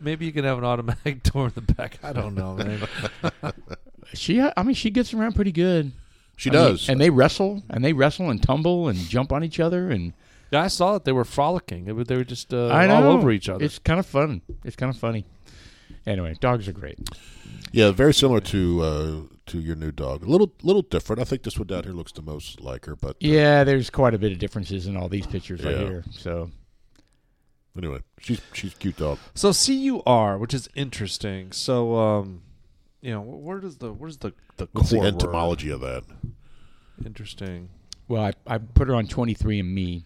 maybe you can have an automatic door in the back. I don't know, man. she, I mean, she gets around pretty good. She I mean, does. and they wrestle, and they wrestle and tumble and jump on each other, and yeah, I saw it. They were frolicking. They were, they were just uh, I know. all over each other. It's kind of fun. It's kind of funny. Anyway, dogs are great. yeah, very similar to uh, to your new dog. A little little different. I think this one down here looks the most like her. But Yeah, there's quite a bit of differences in all these pictures right Yeah. here. So anyway, she's she's a cute dog. So CUR, which is interesting. So um, you know, wh- where does the where's the the What's core the word? entomology of that? Interesting. Well, I, I put her on 23andMe,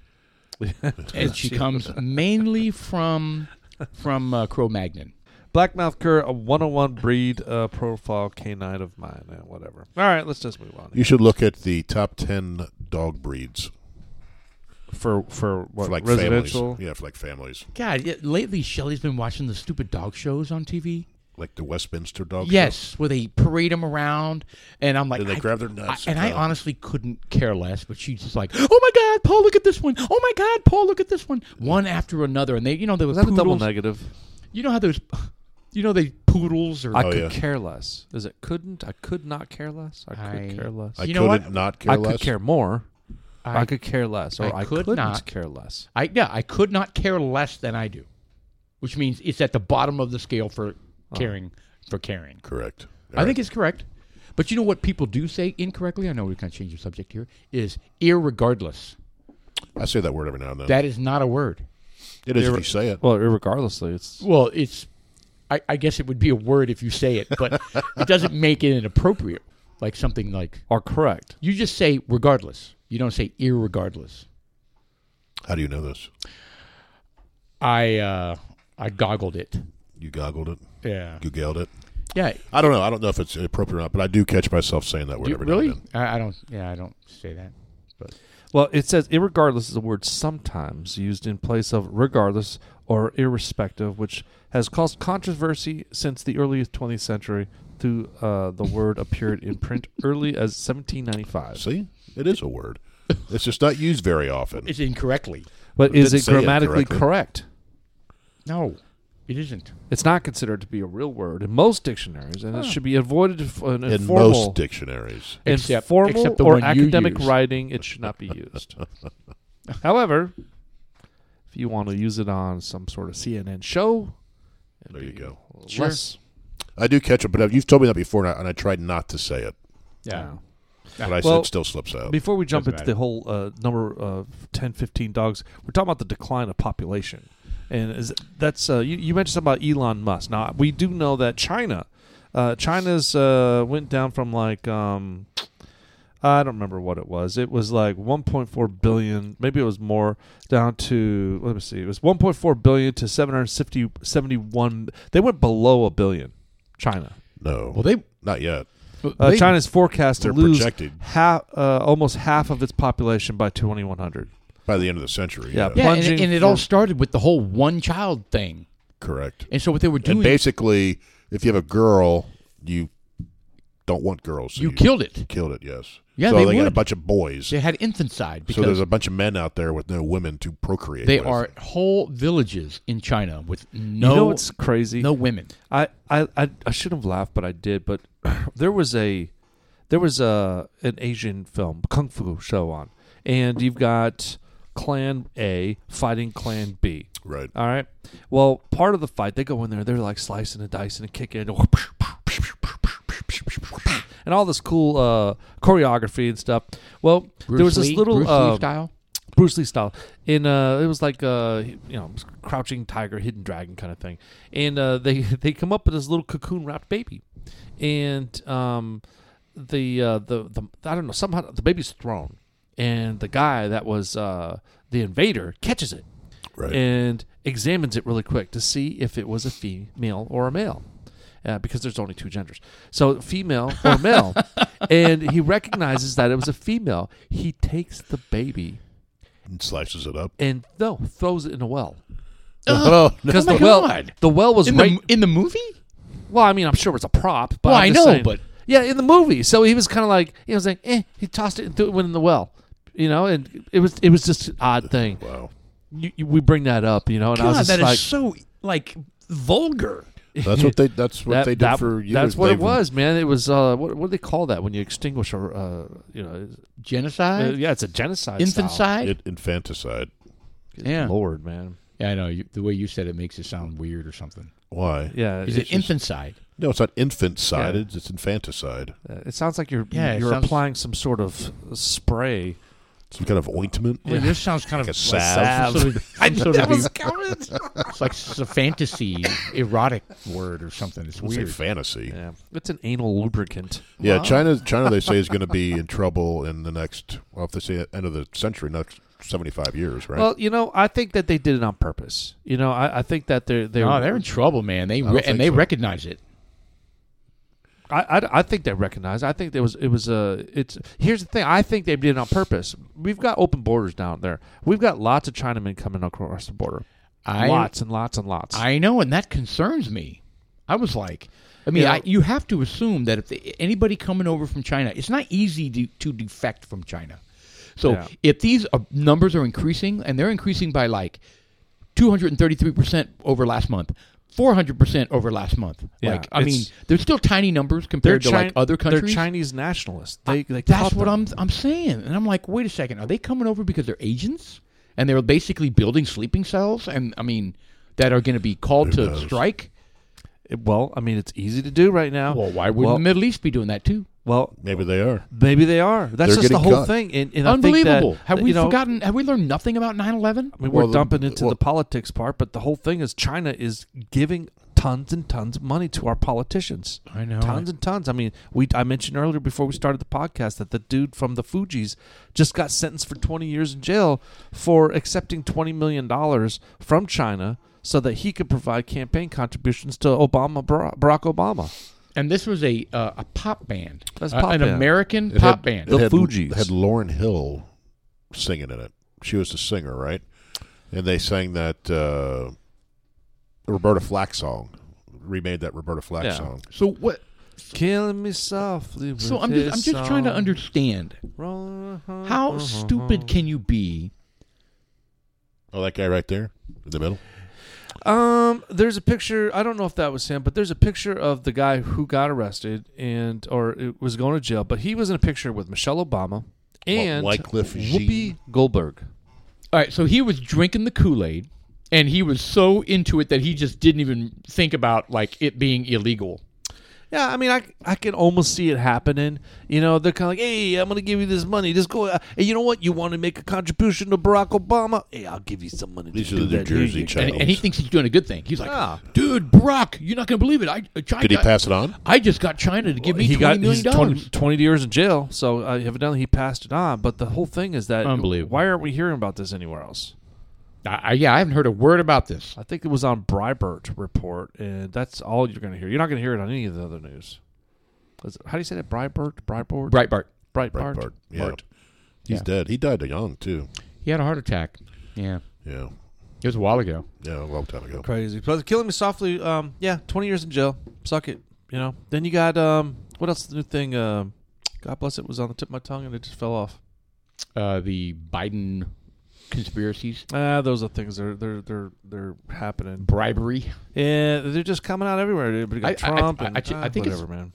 and she comes mainly from from uh, Cro-Magnon. Blackmouth cur, a 101 breed uh, profile canine of mine. Uh, whatever. All right, let's just move on You should look at the top ten dog breeds for for what for like residential. families. Yeah, for like families, God, yeah, lately Shelly's been watching the stupid dog shows on TV. like the Westminster dog. show. Yes, where they parade them around, and I'm like, And Oh, they I- grab their nuts I- and I and- honestly couldn't care less. But she's just like, "Oh my God, Paul, look at this one! Oh my God, Paul, look at this one!" One after another, and they, you know, there was Is that a double poodles. negative? You know how there's, you know, they poodles or I Oh, could yeah. care less. Is it couldn't? I could not care less. I could I- care less. I You know couldn't what? not care I less. could care more. I, I- could care less, or I, I could couldn't not. care less. I yeah, I could not care less than I do, which means it's at the bottom of the scale for caring for caring. Correct. I think it's correct, but you know what people do say incorrectly. I know we're going to change the subject here. Is irregardless. I say that word every now and then. That is not a word. it is if you say it. Well, irregardlessly, it's Well, it's. I, I guess it would be a word if you say it, but it doesn't make it inappropriate. Like something like are correct. you just say regardless. You don't say irregardless. How do you know this? I uh, I goggled it. You goggled it. Yeah. You gelled it. Yeah. I don't know. I don't know if it's appropriate or not, but I do catch myself saying that word You- every really? now and then. I, I don't. Yeah, I don't say that. But Well, it says irregardless is a word sometimes used in place of regardless or irrespective, which has caused controversy since the early 20th century. Through uh, the word appeared in print early as 1795. See, it is a word. It's just not used very often. it's incorrectly. but is didn't it say it grammatically correctly. correct? No, it isn't. It's not considered to be a real word in most dictionaries, and it should be avoided if- an in informal. most dictionaries. in Except- formal except the or one you academic use. writing, it should not be used. However, if you want to use it on some sort of CNN show, it'd There you be go. Less, I do catch it, but you've told me that before, and I, and I tried not to say it, Yeah. but I Well, it still slips out. Before we jump Doesn't into the matter. whole uh, number of 10, 15 dogs, we're talking about the decline of population, and is, that's uh, you, you mentioned something about Elon Musk. Now we do know that China, uh, China's uh, went down from like um, I don't remember what it was. It was like 1.4 billion, maybe it was more, down to let me see, it was 1.4 billion to 750, 71. They went below a billion. China. no, Well, they. not yet. Uh, they- China's forecast to They're lose projected. half, uh, almost half of its population by 2100. By the end of the century, Yeah. yeah, Yeah, and, plunging and it all for- started with the whole one child thing. correct. And so what they were And doing, basically, if you have a girl, you don't want girls. so you killed it. Killed it. Yes. Yeah, so they they, got a would. bunch of boys. They had infanticide So there's because a bunch of men out there with no women to procreate. they with. are whole villages in China with no you know what's crazy? no women. I, I, I, I should have laughed, but I did. But there was a there was a an Asian film kung fu show on, and you've got Clan A fighting Clan B. right. uh, All right. Well, part of the fight, they go in there, they're like slicing and dicing and kicking, and, and all this cool uh, choreography and stuff. Well, Bruce there was Lee- this little Bruce Lee um, style. Bruce Lee style. In uh, it was like uh, you know, crouching tiger, hidden dragon kind of thing. And uh, they they come up with this little cocoon wrapped baby, and um, the uh, the the I don't know somehow the baby's thrown, and the guy that was uh the invader catches it Right. and examines it really quick to see if it was a female or a male. Uh, because there's only two genders. So female or male. and he recognizes that it was a female. He takes the baby And slices it up. and no, throws it in a well. Oh, no. Because my the well God. the well was in right the in the movie. well, I mean, I'm sure it was a prop. But Well, I'm I just know, saying- but- yeah, in the movie, so he was kind of like, you know, was like, eh, he tossed it and threw it went in the well, you know, and it was it was just an odd thing. Wow. You, you, we bring that up, you know, and I was God, just that is like, so like vulgar. That's what they. That's what that- they did that- for years. That's what it They've- was, man. It was uh, what what do they call that when you extinguish a, uh, you know, uh, Genocide, yeah, it's a genocide, style. infanticide. It, infanticide. yeah. Lord, man, yeah, I know. You, the way you said it makes it sound weird or something. Why? yeah, Is it's it infanticide? No, it's not infanticide. Yeah. It's, it's infanticide. just- uh, it sounds like you're Yeah, it you're sounds- applying some sort of spray. Some kind of ointment. Well, this sounds kind Like a of salve. Some sort of, some sort of it's like s- a fantasy erotic word or something. It's It's weird. like fantasy. Yeah, it's an anal lubricant. Yeah, China. China, they say is going to be in trouble in the next. Well, if they say end of the century, next seventy-five years, right? Well, you know, I think that they did it on purpose. You know, I, I think that they're they. No, Oh, they're in trouble, man. They don't re- think and they so. recognize it. I, I, I think they recognized. I think there was it was a. It's here's the thing. I think they did it on purpose. We've got open borders down there. We've got lots of Chinamen coming across the border. I lots and lots and lots. I know, and that concerns me. I was like, I mean, You know- I, you have to assume that if the, anybody coming over from China, it's not easy to, to defect from China. So Yeah. if these uh, numbers are increasing, and they're increasing by like 233% over last month, 400% over last month. Yeah, like, I mean, it's- they're still tiny numbers compared to Chi- like other countries. They're Chinese nationalists. They, they That's taught what them. I'm I'm saying, and I'm like, wait a second, are they coming over because they're agents and they're basically building sleeping cells? And I mean, that are going to be called to knows? strike. It- Well, I mean, it's easy to do right now. Well, why wouldn't Well, the Middle East be doing that too? well, Maybe they are. maybe they are. That's They're just the getting whole cut. thing. And, and I Unbelievable. think that, have we you know, forgotten? Have we learned nothing about 9/11? I mean, Well, we're the- dumping into well- the politics part, but the whole thing is China is giving tons and tons of money to our politicians. I know. Tons and tons. I mean, we I mentioned earlier before we started the podcast that the dude from the Fugees just got sentenced for 20 years in jail for accepting 20 million dollars from China so that he could provide campaign contributions to Obama Bar- Barack Obama. And this was a uh, a pop band, That's Uh, pop an band. Mm, American It pop had- band. it had, Fugees. it had Lauren Hill singing in it. She was the singer, right? And they sang that uh, Roberta Flack song. Remade that Roberta Flack Yeah. song. so what? Killing me softly. With So I'm just I'm his just trying to song. understand Roll- uh-huh, how stupid can you be? Oh, that guy right there in the middle. Um, there's a picture. I don't know if that was him, but there's a picture of the guy who got arrested and or it was going to jail. But he was in a picture with Michelle Obama and Wycliffe Whoopi Jean. Goldberg. All right, so he was drinking the Kool Aid, and he was so into it that he just didn't even think about like it being illegal. Yeah, I mean, I, I can almost see it happening. You know, they're kind of like, hey, I'm going to give you this money. Just go. Uh, hey, you know what? You want to make a contribution to Barack Obama? Hey, I'll give you some money. to These are the do New that. Here Jersey you go." Channels. And, and he thinks he's doing a good thing. He's like, Ah. "Dude, Brock, you're not gonna believe it. I, uh, China, Did he pass it on? I just got China to give me he got twenty he's million 20, dollars." 20 years in jail. So uh, evidently he passed it on. But the whole thing is that Unbelievable. why aren't we hearing about this anywhere else? I, I- yeah, I haven't heard a word about this. I think it was on Breitbart report, and that's all you're going to hear. You're not going to hear it on any of the other news. Is it- how do you say that? Breitbart, Breitbart, Breitbart, Breitbart. Breitbart. Yeah. Bart. He's Yeah. dead. He died young too. he had a heart attack. Yeah, Yeah. it was a while ago. Yeah, a long time ago. Crazy. But killing me softly. Um, yeah, 20 years in jail. Suck it. You know. Then you got um, what else? The new thing. Um, God bless it was on the tip of my tongue and it just fell off. Uh, the Biden conspiracies, Ah, those are things that are they're they're they're happening. bribery. Yeah, they're just coming out everywhere. dude. But you got I- I- Trump I- and I- I ah, think it's- whatever, man.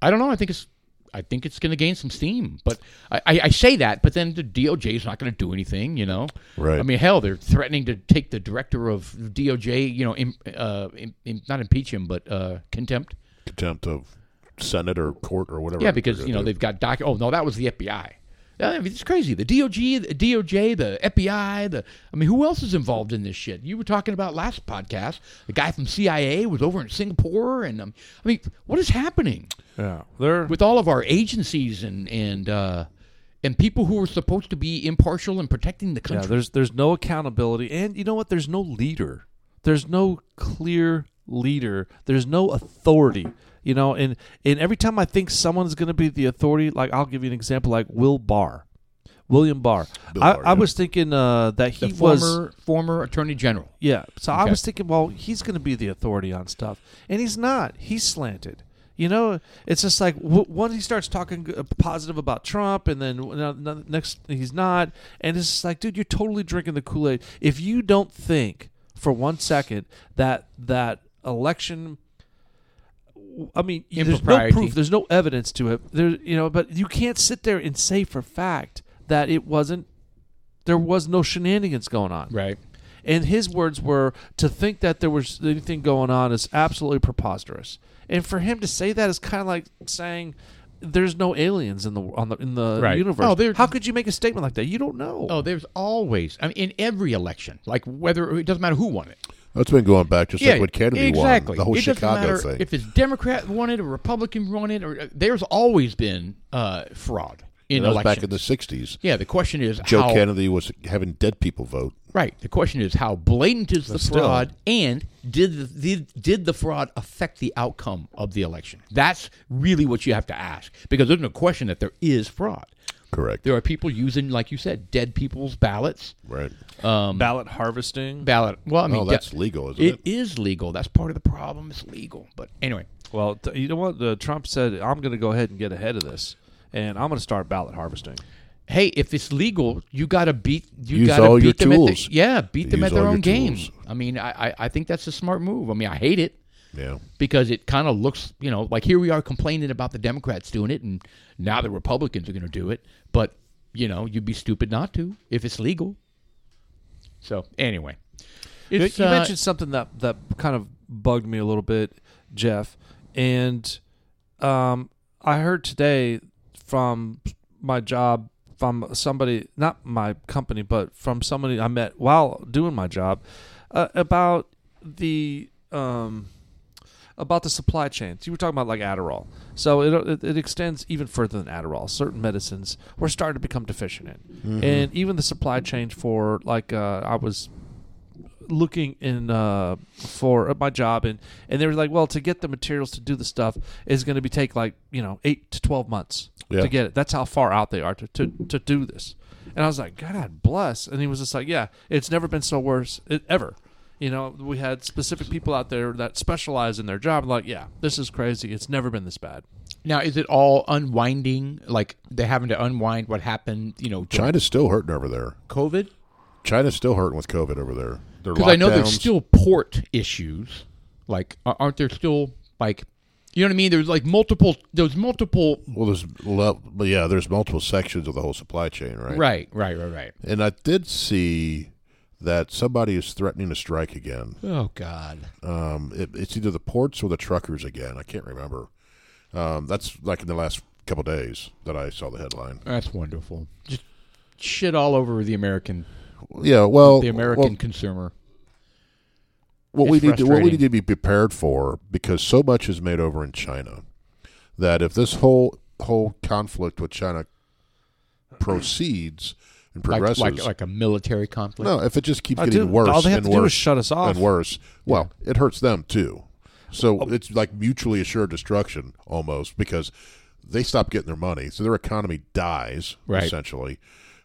I don't know. I think it's. I think it's going to gain some steam, but I, I, I say that, but then the DOJ is not going to do anything, you know. Right. I mean, hell, they're threatening to take the director of DOJ, you know, im, uh, im, im- not impeach him, but uh, contempt. Contempt of Senate or court or whatever. Yeah, because you know they they've got doc. Oh no, that was the FBI. Yeah, I mean, it's crazy. The DOJ, the DOJ, the FBI, the I mean, who else is involved in this shit? You were talking about last podcast. The guy from CIA was over in Singapore, and um, I mean, what is happening? Yeah, they're with all of our agencies and and uh, and people who are supposed to be impartial and protecting the Yeah, country. there's there's no accountability, and you know what? There's no leader. There's no clear leader. There's no authority. You know, and and every time I think someone's going to be the authority, like I'll give you an example, like Will Barr, William Barr. Bill I, Barr, I yeah. was thinking uh, that the he was former former attorney general. yeah. So I Okay. was thinking, well, he's going to be the authority on stuff, and he's not. He's slanted. You know, it's just like w- once he starts talking g- uh, positive about Trump, and then no- no- next he's not, and it's just like, dude, you're totally drinking the Kool Aid. If you don't think for one second that that election I mean, y- there's no Impropriety. proof, there's no evidence to it. There, you know, but you can't sit there and say for fact that it wasn't. There was no shenanigans going on, Right. And his words were to think that there was anything going on is absolutely preposterous. And for him to say that is kind of like saying there's no aliens in the on the in the Right. universe. Oh, they're- How could you make a statement like that? You don't know. Oh, there's always I mean, in every election, like whether it doesn't matter who won it. That's been going back just like when Kennedy exactly. won the whole it doesn't Chicago matter thing. If it's Democrat won it or Republican won it, or uh, there's always been uh, fraud in And that was elections. back in the '60s. yeah, the question is Joe how, Kennedy was having dead people vote. Right. The question is how blatant is the still- fraud, and did the, did did the fraud affect the outcome of the election? That's really what you have to ask because there's no question that there is fraud. Correct. There are people using, like you said, dead people's ballots. Right. Um, ballot harvesting. Ballot. Well, I mean, Oh, yeah, that's legal, isn't It is legal. That's part of the problem. It's legal. But anyway, well, th- you know what? The Trump said, "I'm going to go ahead and get ahead of this, and I'm going to start ballot harvesting." hey, if it's legal, you got to beat you Use got to all beat your them at tools. the, yeah, beat them Use at their all your own game. tools. I mean, I, I I think that's a smart move. I mean, I hate it. Yeah. because it kind of looks, you know, like here we are complaining about the Democrats doing it, and now the Republicans are going to do it. But you know, you'd be stupid not to if it's legal. So anyway, You- it's, you uh, mentioned something that that kind of bugged me a little bit, Jeff, and um, I heard today from my job from somebody, not my company, but from somebody I met while doing my job uh, about the um, about the supply chains. You were talking about like Adderall, so it, it it extends even further than Adderall. Certain medicines we're starting to become deficient in, Mm-hmm. and even the supply chain for like uh, I was looking in uh, for my job and and they were like well to get the materials to do the stuff is going to be take like you know eight to 12 months Yeah. to get it that's how far out they are to, to, to do this and i was like god bless and he was just like yeah it's never been so worse it, ever you know we had specific people out there that specialize in their job like yeah this is crazy it's never been this bad now is it all unwinding? Like they're having to unwind what happened? You know, during China's still hurting over there. COVID. China's still hurting with COVID over there. Their Because I know there's lockdowns- still port issues. Like, a- aren't there still like, you know what I mean? There's like multiple. There's multiple. well, there's lo- but yeah, there's multiple sections of the whole supply chain, right? Right, right, right, right. And I did see that somebody is threatening to strike again. Oh God. Um, it, it's either the ports or the truckers again. I can't remember. Um, that's like in the last couple days that I saw the headline. That's wonderful. Just shit all over the American Yeah, well, the American well, consumer. what It's we need to what we frustrating. need to be prepared for because so much is made over in China that if this whole whole conflict with China proceeds and Like, progresses, like like a military conflict. no, if it just keeps Uh, getting dude, worse all they have and to worse do is shut us off Oh. and worse, well, it hurts them too. So it's like mutually assured destruction almost because they stop getting their money, so their economy dies Right. essentially,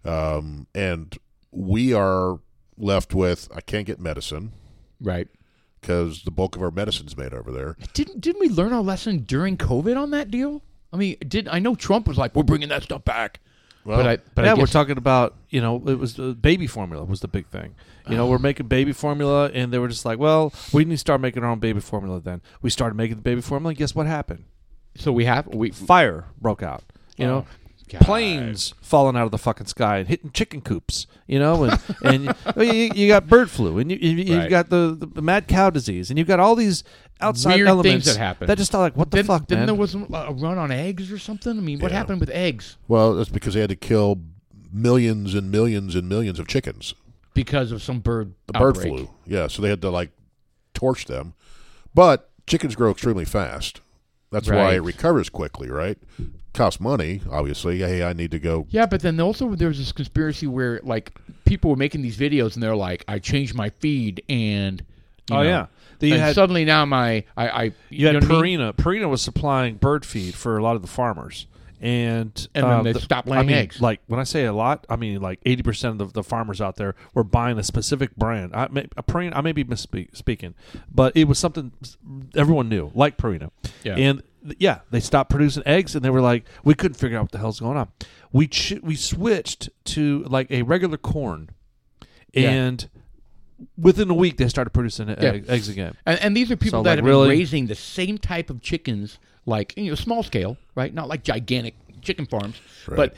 um, and we are left with I can't get medicine Right. because the bulk of our medicine's made over there. Didn't didn't we learn our lesson during COVID on that deal? I mean, did I know Trump was like, "We're bringing that stuff back," but I but yeah, I guess, we're talking about you know it was uh, baby formula was the big thing. You Ah. know, we're making baby formula, and they were just like, "Well, we need to start making our own baby formula." Then we started making the baby formula, and guess what happened? so we have we Fire broke out. You know, Oh, God. planes falling out of the fucking sky and hitting chicken coops. You know, and and you, you, you got bird flu, and you you, you Right. got the, the, mad cow disease, and you've got all these outside Weird elements things that happen. That just thought like, "What the then, fuck?" then man? there was a run on eggs or something. I mean, what Yeah. happened with eggs Well, that's because they had to kill millions and millions and millions of chickens. because of some bird The bird outbreak. flu. Yeah, so they had to like torch them. But chickens grow extremely fast. That's why Right. it recovers quickly, right? Costs money, obviously. Hey, I need to go. Yeah, but then also there's this conspiracy where like people were making these videos and they're like, I changed my feed and you Oh know, yeah, The- you and had suddenly now my I, I you had know what I mean? Purina. Purina was supplying bird feed for a lot of the farmers, and uh, And then they stopped laying I mean, eggs. Like when I say a lot, I mean like eighty percent of the, the farmers out there were buying a specific brand. I may, a Purina, I may be misspeaking, but it was something everyone knew, like Purina. Yeah. And th- yeah, they stopped producing eggs, and they were like, we couldn't figure out what the hell's going on. We ch- we switched to like a regular corn, Yeah. and within a week they started producing e- egg- eggs again. And, and these are people So, that like, have really- been raising the same type of chickens, like you know, small scale, right? Not like gigantic chicken farms, but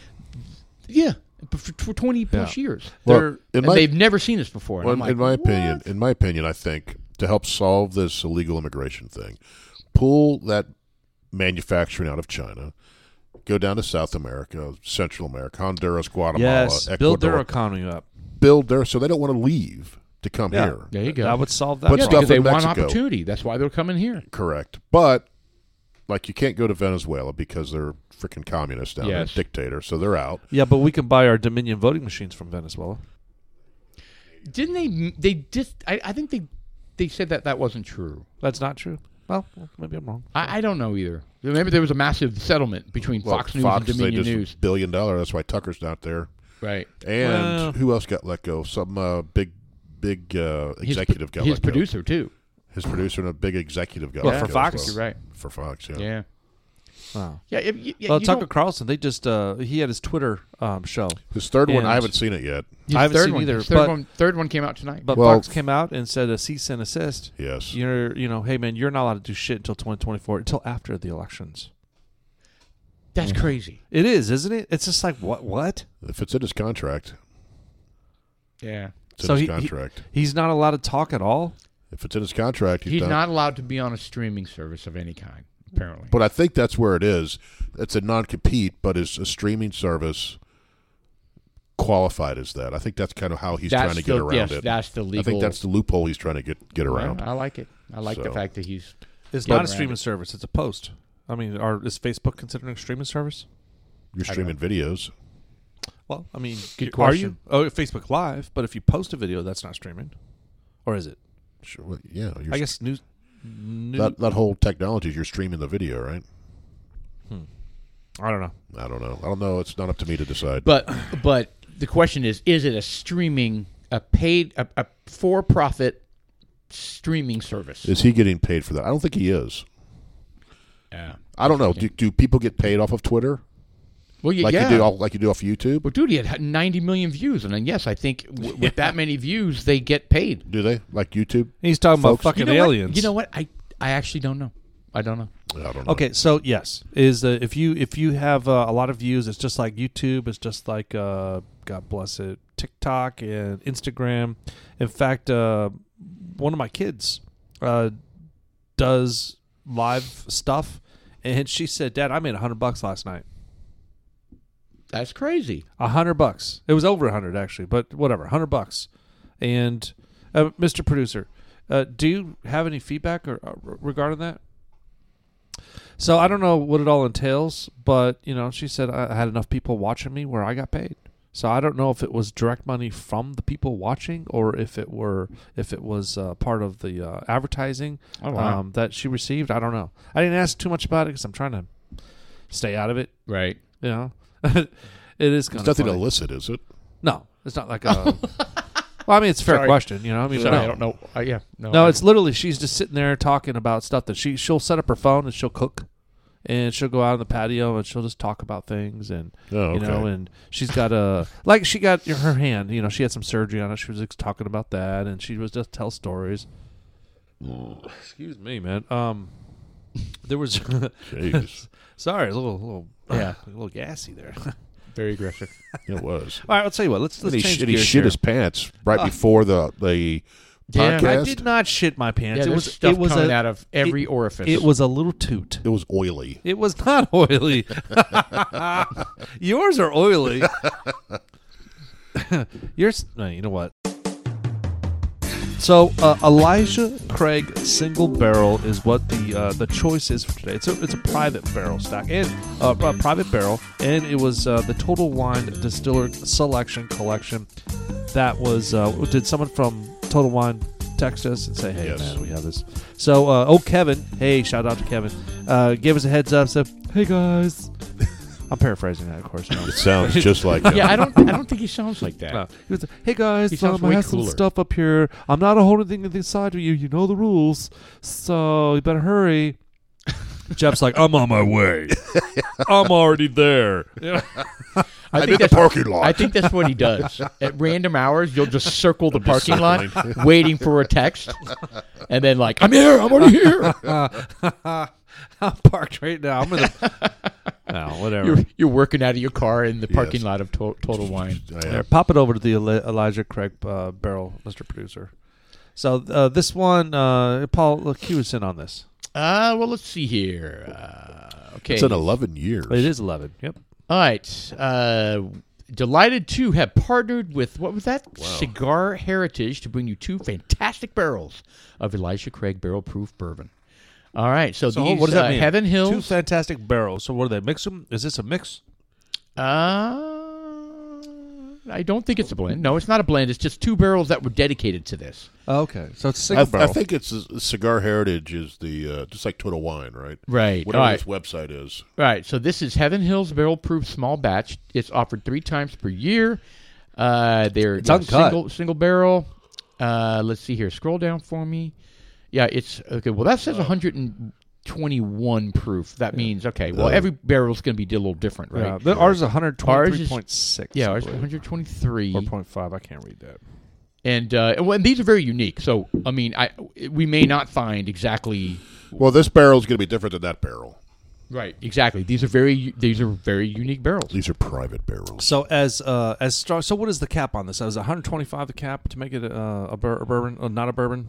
yeah, for, for twenty plus years, Well, They're- in And my- they've never seen this before. And Well, I'm like, in my opinion, in my opinion, I think to help solve this illegal immigration thing, pull that manufacturing out of China, go down to South America, Central America, Honduras, Guatemala, Yes, Ecuador, build their economy up. build their so they don't want to leave to come Yeah. here. there you go. That would solve that. But yeah, problem. stuff because they in want Mexico. opportunity. That's why they're coming here. Correct, but like you can't go to Venezuela because they're freaking communists down Yes. there, dictator, so they're out. Yeah, but we can buy our Dominion voting machines from Venezuela. Didn't they? They just. I, I think they. They said that that wasn't true. That's not true. Well, maybe I'm wrong. I, I don't know either. Remember, there was a massive settlement between Well, Fox News Fox, and they Dominion just News. billion dollar. That's why Tucker's not there. Right. And Well- who else got let go? Some uh, big, big uh, His- executive got his let go. producer too. his producer and a big executive guy. Well, as for Fox, well. You're right. For Fox, yeah. Yeah. Wow. Yeah. if you- yeah, well, you Tucker don't- Carlson, they just uh, he had his Twitter um, show, His third one, And- I haven't seen it yet. his I haven't third seen one, either, his but- Third one, third one came out tonight. but Well- Fox came out and said a cease and assist. Yes. You're, you know, hey man, you're not allowed to do shit until 2024, until after the elections. That's crazy. It is, isn't it? It's just like what, what? If it's in his contract, Yeah. it's in So his he- he- contract. He's not allowed to talk at all. if it's in his contract, he's, He's done. not allowed to be on a streaming service of any kind, apparently. But I think that's where it is. It's a non-compete, but is a streaming service qualified as that? I think that's kind of how he's That's trying to get the- around yes, it. that's the I think legal- that's the loophole he's trying to get get around. I, like it. I like the So- fact that he's. It's Yeah, not a right. streaming service. It's a post. I mean, are, is Facebook considered a streaming service? You're streaming videos. Well, I mean, Good are you? question. Oh, Facebook Live, but if you post a video, that's not streaming, or is it? Sure, well, yeah, you're, I guess news. New, that that whole technology is you're streaming the video, right? I don't know. I don't know. I don't know. It's not up to me to decide. But but the question is, is it a streaming, a paid, a, a for-profit streaming service? is he getting paid for that? I don't think he is. Yeah. I don't know. Do, do people get paid off of Twitter Well, yeah. like yeah. you do all, like you do off YouTube? well, dude, he had 90 million views, and then yes, I think w- with that many views, they get paid. Do they like YouTube? He's talking about Folks- about You fucking know aliens. What? You know what? I I actually don't know. I don't know. I don't know. Okay, so yes, is uh, if you if you have uh, a lot of views, it's just like YouTube. It's just like uh, God bless it, TikTok and Instagram. In fact, uh, one of my kids uh, does live stuff, and she said, "Dad, I made a hundred bucks last night." That's crazy. a hundred bucks. It was over a hundred actually, but whatever, a hundred bucks. And uh, Mr. Producer, uh, do you have any feedback or, uh, regarding that? So I don't know what it all entails, but you know, she said I I had enough people watching me where I got paid. So I don't know if it was direct money from the people watching or if it were if it was uh, part of the uh, advertising Oh, wow. um, that she received. I don't know. I didn't ask too much about it because I'm trying to stay out of it. Right. You know, it is it's kind of nothing funny. illicit, is it? No, it's not like a. well, I mean, it's a fair Sorry. question. You know, I mean, Sorry, no. I don't know. Uh, yeah. No. No, I- it's literally she's just sitting there talking about stuff that she she'll set up her phone and she'll cook, and she'll go out on the patio and she'll just talk about things and Oh, you know okay. and she's got a like she got her hand you know she had some surgery on it she was just talking about that and she was just tell stories. Excuse me, man. Um, there was Jeez, sorry, a little little Yeah. a little gassy there. very aggressive. it was. All right, I'll tell you what. Let's and let's he, change shit- he gears shit here. his pants right Uh, before the the Yeah. podcast. I did not shit my pants. Yeah, it there's was stuff it was coming a- out of every it- orifice. It was a little toot. It was oily. It was not oily. Yours are oily. Yours. No, you know what? So uh, Elijah Craig single barrel is what the uh, the choice is for today. It's a, it's a private barrel stock and uh, a private barrel, and it was uh, the Total Wine Distiller Selection Collection. That was uh, did someone from Total Wine text us and say, "Hey Yes. man, we have this." So uh, oh Kevin, hey shout out to Kevin, uh, gave us a heads up. Said, "Hey guys." I'm paraphrasing that, of course. No. It sounds just like uh, him. Yeah, I don't. I don't think he sounds like that. No. He was, hey guys, He sounds um, I way have some cooler. stuff up here. I'm not holding anything inside of you. You know the rules, so you better hurry. Jeff's like, I'm on my way. I'm already there. I'm in the that's- parking lot. I think that's what he does. At random hours, you'll just circle the parking lot, waiting for a text, and then like, I'm here. I'm already here. I'm parked right now. I'm in the. no, whatever. You're, you're working out of your car in the parking Yes. lot of to- Total Wine. I There, am. pop it over to the Eli- Elijah Craig uh, barrel, Mr. Producer. So uh, this one, uh, Paul, look, he was in on this. Uh, well, let's see here. Uh, okay. It's in 11 years. It is 11. Yep. All right. Uh, delighted to have partnered with what was that cigar heritage to bring you two fantastic barrels of Elisha Craig barrel proof bourbon. All right. So, So these, what does that uh, mean? Heaven Two Hills. fantastic barrels. So what do they mix them? Is this a mix? uh, I don't think it's a blend. No, it's not a blend. It's just two barrels that were dedicated to this. Okay, so it's single I, th- I barrel. think it's uh, Cigar Heritage is the uh, just like Total Wine, right? Right, Whatever all right. this website is. All right, so this is Heaven Hills Barrel Proof Small Batch. It's offered three times per year. Uh, they're It's yeah, uncut. single single barrel. Uh, let's see here. Scroll down for me. Yeah, it's okay. Well, that Uh. says 121 proof. That means okay. Well, every barrel's going to be a little different, right? Uh. Yeah, the- ours is Ours is- 123.6. Yeah, I ours is believe. 123. Or 0.5. I can't read that. and uh, well, and these are very unique. So I mean, I we may not find exactly Well, this barrel is going to be different than that barrel. right exactly. These are very these are very unique barrels. These are private barrels. So as uh, as strong. So what is the cap on this? Is 125 the cap to make it uh, a, bur- a bourbon, uh, not a bourbon?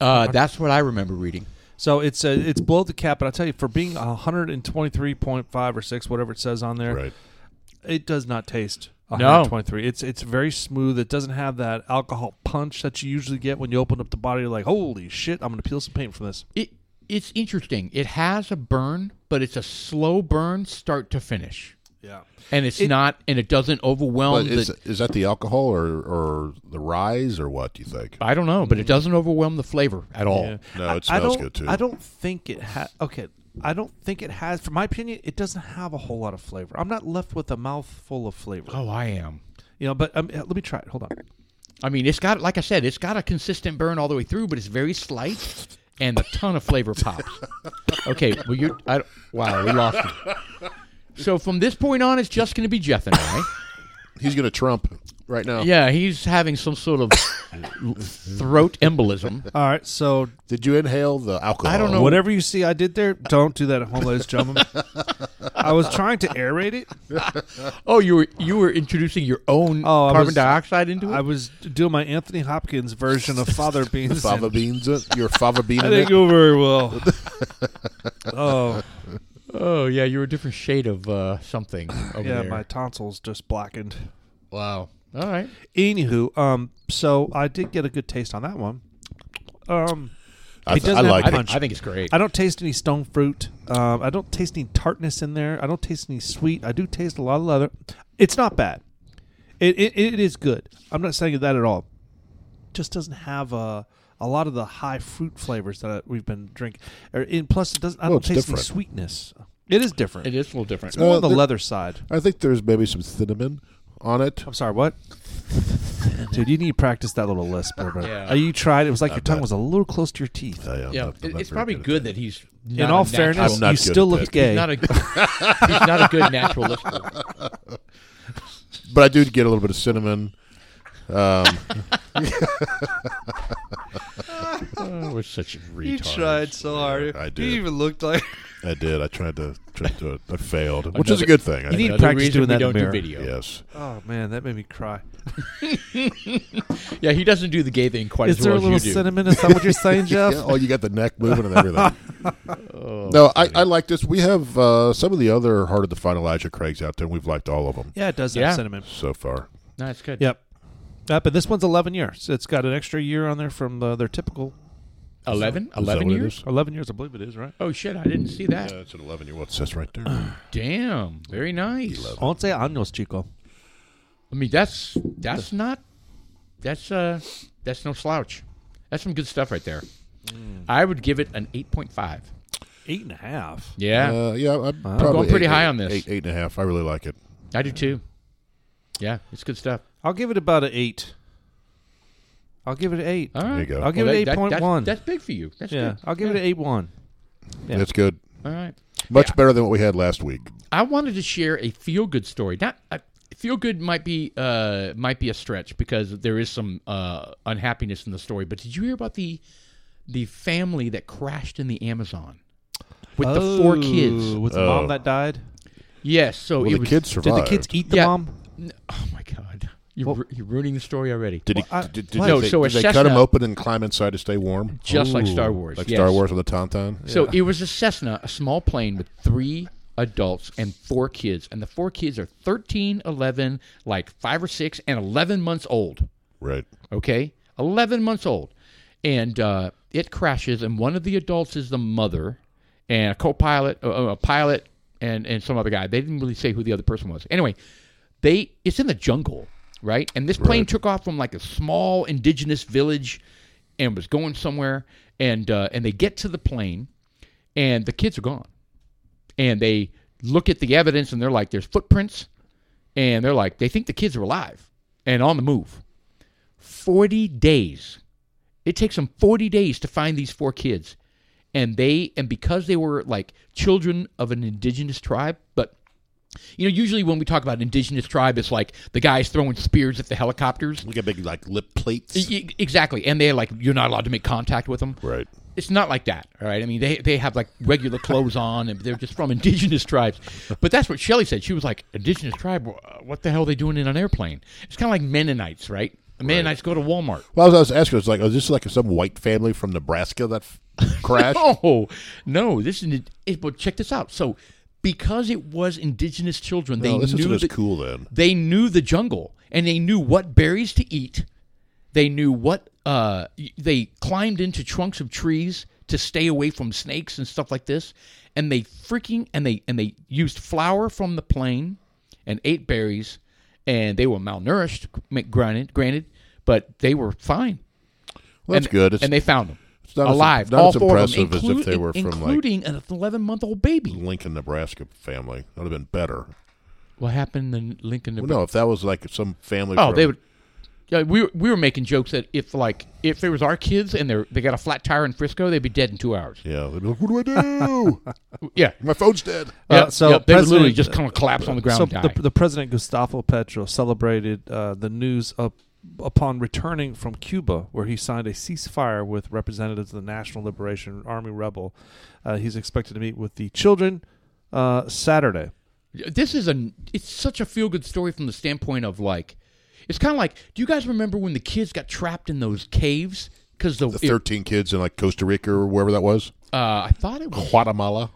Uh, that's what I remember reading. So it's uh, it's below the cap, but I tell you, for being 123.5 or six, whatever it says on there, Right. it does not taste 123. It's it's very smooth. It doesn't have that alcohol punch that you usually get when you open up the bottle. You're like, holy shit, I'm gonna peel some paint from this. It it's interesting. It has a burn, but it's a slow burn, start to finish, Yeah. and it's not, and it doesn't But overwhelm. is, the, is that the alcohol or, or the rise or what, do you think? I don't know, but it doesn't overwhelm the flavor at all. Yeah. No, I- it I smells don't- good, too. I don't think it has. Okay, I don't think it has. For my opinion, it doesn't have a whole lot of flavor. I'm not left with a mouthful of flavor. Oh, I am. You know, but um, let me try it. Hold on. I mean, it's got like I said, it's got a consistent burn all the way through, but it's very slight, and a ton of flavor pops. Okay, well you, I don't- wow, we lost. You. So from this point on, it's just going to be Jeff and I. He's going to trump right now. Yeah, he's having some sort of throat embolism. All right, so Did you inhale the alcohol? I don't know. whatever you see I did there, don't do that at home, ladies and gentlemen. I was trying to aerate it. Oh, you were you were introducing your own Oh, I carbon was- dioxide into it. I was doing my Anthony Hopkins version of Father Beans. Fava and beans in Your fava bean I in didn't it? go very well. oh, oh yeah, you're a different shade of uh, something over yeah, there. my tonsils just blackened. wow. All right. Anywho, um, so I did get a good taste on that one. Um, I, It th- I doesn't have like I it. think, I think it's great. I don't taste any stone fruit. Um, I don't taste any tartness in there. I don't taste any sweet. I do taste a lot of leather. It's not bad. It it, it is good. I'm not saying that at all. Just doesn't have a a lot of the high fruit flavors that I- we've been drinking. Or, and plus, it doesn't. I Well, don't it's taste any different. sweetness. It is different. it is a little different. more on the there- leather side. I think there's maybe some cinnamon on it. Oh, I'm sorry. What? Dude, you need to practice that little lisp. Yeah. Yeah. Uh, you tried. It was like your tongue was a little close to your teeth. I am yeah, not- I'm it- not it's very probably at good that he's In not all a natural- fairness, Uh, I'm not you good still at look that. gay. he's not a he's not a good natural listener. that. But I do get a little bit of cinnamon. Um, Oh, we're such retards. You tried so hard. I You did. even looked like. I did. I tried to tried to do it. I failed, which is Another- a good thing. I You need think. Another practice reason doing we that in don't the do mirror. video. yes. Oh man, that made me cry. Yeah, he doesn't do the gay thing quite Is as there well a little as you do. cinnamon? Is that what you're saying, Jeff? Yeah, oh, you got the neck moving and everything. no, I, I like this. We have uh, some of the other Heart of the Fine Elijah Craigs out there, and we've liked all of them Yeah, it does Yeah. have cinnamon. so far. No, it's good. Yep. Uh, but this one's 11 years. It's got an extra year on there from the, their typical 11? Is that 11 what it years? is? 11 years, I believe it is, right? Oh, shit. I didn't see that. Yeah, it's an 11 year old. It says right there. Damn. Very nice. Once años, chico. I mean, that's that's not that's uh that's no slouch. That's some good stuff right there. Mm. I would give it an eight point five. Eight and a half. Yeah, Uh, yeah, I'm probably going pretty eight- high on this. Eight, eight and a half. I really like it. I do too. Yeah, it's good stuff. I'll give it about an eight. I'll give it an eight. All right, you go. I'll give Well, it that- that- that's- 8.1. That's, big for you. That's yeah, Oh, good. I'll give it an eight one. Yeah. It's good. All right. Much Yeah. better than what we had last week. I wanted to share a feel good story. Not uh, feel good might be uh might be a stretch because there is some uh unhappiness in the story. But did you hear about the the family that crashed in the Amazon with the four kids? with the Oh. mom that died. Yes. So Well, it the was, kids survived. Did the kids eat the Yeah. mom? N- Oh my God! You're, ru- you're ruining the story already. Did, he, Well, I- did, did No, they, so a did they cut him Cessna- open and climb inside to stay warm? Just like Ooh, Star Wars, Like yes. Star Wars with a tauntaun? So it was a Cessna, a small plane with three adults and four kids, and the four kids are 13, 11, like five or six, and 11 months old. Right. Okay, 11 months old, and uh, it crashes, and one of the adults is the mother, and a co-pilot, uh, uh, a pilot, and and some other guy. They didn't really say who the other person was. Anyway, they it's in the jungle, right? And this plane took off from like a small indigenous village, and was going somewhere, and uh, and they get to the plane, and the kids are gone, and they look at the evidence, and they're like, there's footprints, and they're like, they think the kids are alive and on the move. 40 days. It takes them 40 days to find these four kids. And they and because they were like children of an indigenous tribe, but you know, usually when we talk about indigenous tribe, it's like the guys throwing spears at the helicopters. Look at big like lip E- plates. e- Exactly. And they're like, you're not allowed to make contact with them Right. it's not like that, all right? I mean, they, they have like regular clothes on, and they're just from indigenous tribes. But that's what Shelley said. She was like, indigenous tribe, wh- what the hell are they doing in an airplane? It's kind of like Mennonites, right? The Mennonites go to Walmart. Well, I was, I was asking, it's like, oh, is this like some white family from Nebraska that f- crashed? Oh no, this is it, but check this out. So because it was indigenous children, they Well, this knew isn't as the, cool then. They knew the jungle and they knew what berries to eat. They knew what uh, y- they climbed into trunks of trees to stay away from snakes and stuff like this. And they freaking and they and they used flour from the plane and ate berries and they were malnourished, m- granted, granted, but they were fine. Well, that's and, good. It's and they found them it's not as- alive. not all as four impressive of them, as if they include- were from, like- including an eleven-month-old baby. Lincoln, Nebraska family. That would have been better. What happened in Lincoln? Well, no, if that was like some family. oh, from- they would. Yeah, we were, we were making jokes that if like if it was our kids and they are they got a flat tire in Frisco, they'd be dead in two hours. Yeah, they'd be like, what do I do? Yeah. My phone's dead. Yeah, so yeah, they would literally President- just kind of collapse on the ground So and die. the, the president Gustavo Petro celebrated uh, the news up upon returning from Cuba, where he signed a ceasefire with representatives of the National Liberation Army rebel. Uh, he's expected to meet with the children uh, Saturday. this is a it's such a feel good story from the standpoint of like it's kind of like do you guys remember when the kids got trapped in those caves because the, The it- 13 kids in like Costa Rica or wherever that was. uh, I thought it was Guatemala.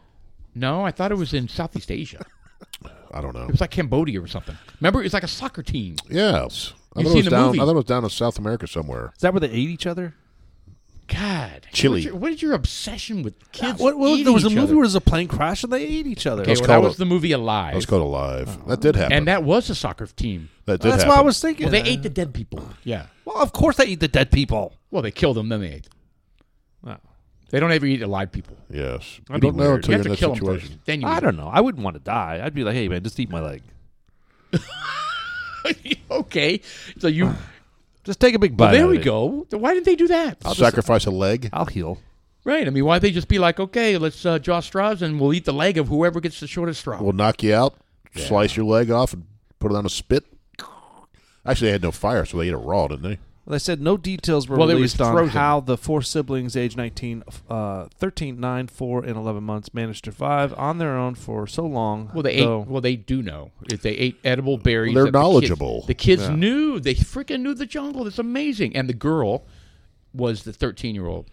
no I thought it was in Southeast Asia. I don't know. It was like Cambodia or something. Remember, it's like a soccer team. Yes. I thought, it You've seen was the down, movie. I thought it was down in South America somewhere. Is that where they ate each other? God, Chile. What's your- what is your obsession with kids? What, what- eating there was a each movie other? where there was a plane crash and they ate each other. Okay, Let's well, that call was it- the movie That was Alive, called Alive. that did happen. and that was a soccer team. that did That's happen. why I was thinking. Well, they ate the dead people. Yeah. Well, of course they eat the dead people. Well, they killed them, then they ate. Wow. They don't ever eat alive people. Yes. That'd you don't be know weird. until you are you have in to that kill situation. them first. Then you I eat don't know. I wouldn't want to die. I'd be like, hey man, just eat my leg. them. okay, so you. Just take a big bite. Well, there out we of it. go. Why didn't they do that? Sacrifice a leg. I'll heal. Right. I mean, why would they just be like, okay, let's uh, draw straws and we'll eat the leg of whoever gets the shortest straw. We'll knock you out, slice your leg off, and put it on a spit. Actually, they had no fire, so they ate it raw, didn't they? Well, They said no details were Well, it was released on frozen. how the four siblings, aged 19, uh, 13, 9, 4, and 11 months, managed to survive on their own for so long. Well, they ate. though- Well, they do know if they ate edible berries. They're that the kids- knowledgeable. The kids, knew. They freaking knew the jungle. That's amazing. And the girl was the thirteen-year-old.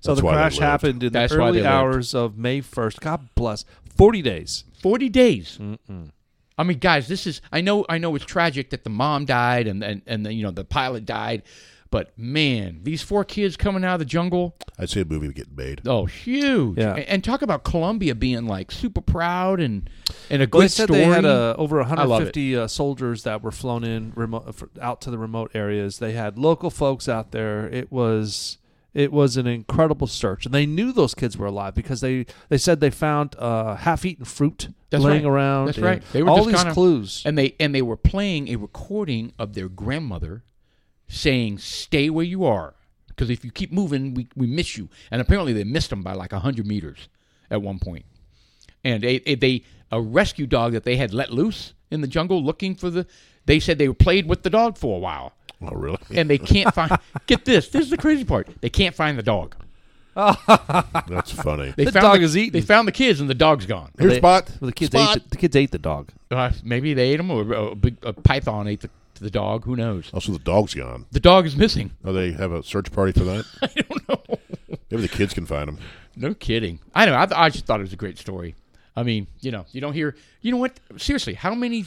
so the why they crash lived. happened in That's the why they early lived. hours of May 1st. God bless. 40 days. Forty days. I mean, guys, this is I know I know it's tragic that the mom died and and and the, you know the pilot died, but man, these four kids coming out of the jungle, I'd say a movie would get made. oh, huge! Yeah. A- And, talk about Columbia being like super proud and and a great Well, they said story. they had uh, over love it. 150 uh, soldiers that were flown in remote, f- out to the remote areas. They had local folks out there. It was it was an incredible search, and they knew those kids were alive because they they said they found uh, half-eaten fruit That's laying right. around. That's and right. They were all just these kinda- clues. and they and they were playing a recording of their grandmother saying, "Stay where you are, because if you keep moving, we we miss you." And apparently, they missed them by like hundred meters at one point. And they, they- they a rescue dog that they had let loose in the jungle looking for the. They said they played with the dog for a while, Oh, really? and they can't find. get this. This is the crazy part. They can't find the dog. That's funny. They The found dog is eaten. They found the kids, and the dog's gone. Here's They- Spot. Well, the kids Spot. ate the, the kids ate the dog. Uh, maybe they ate him, or a, big- a python ate the, the dog. Who knows? Also, the dog's gone. The dog is missing. Oh, Oh, they have a search party for that? I don't know. Maybe the kids can find him. No kidding. I know. I, th- I just thought it was a great story. I mean, you know, you don't hear. You know what? Seriously, how many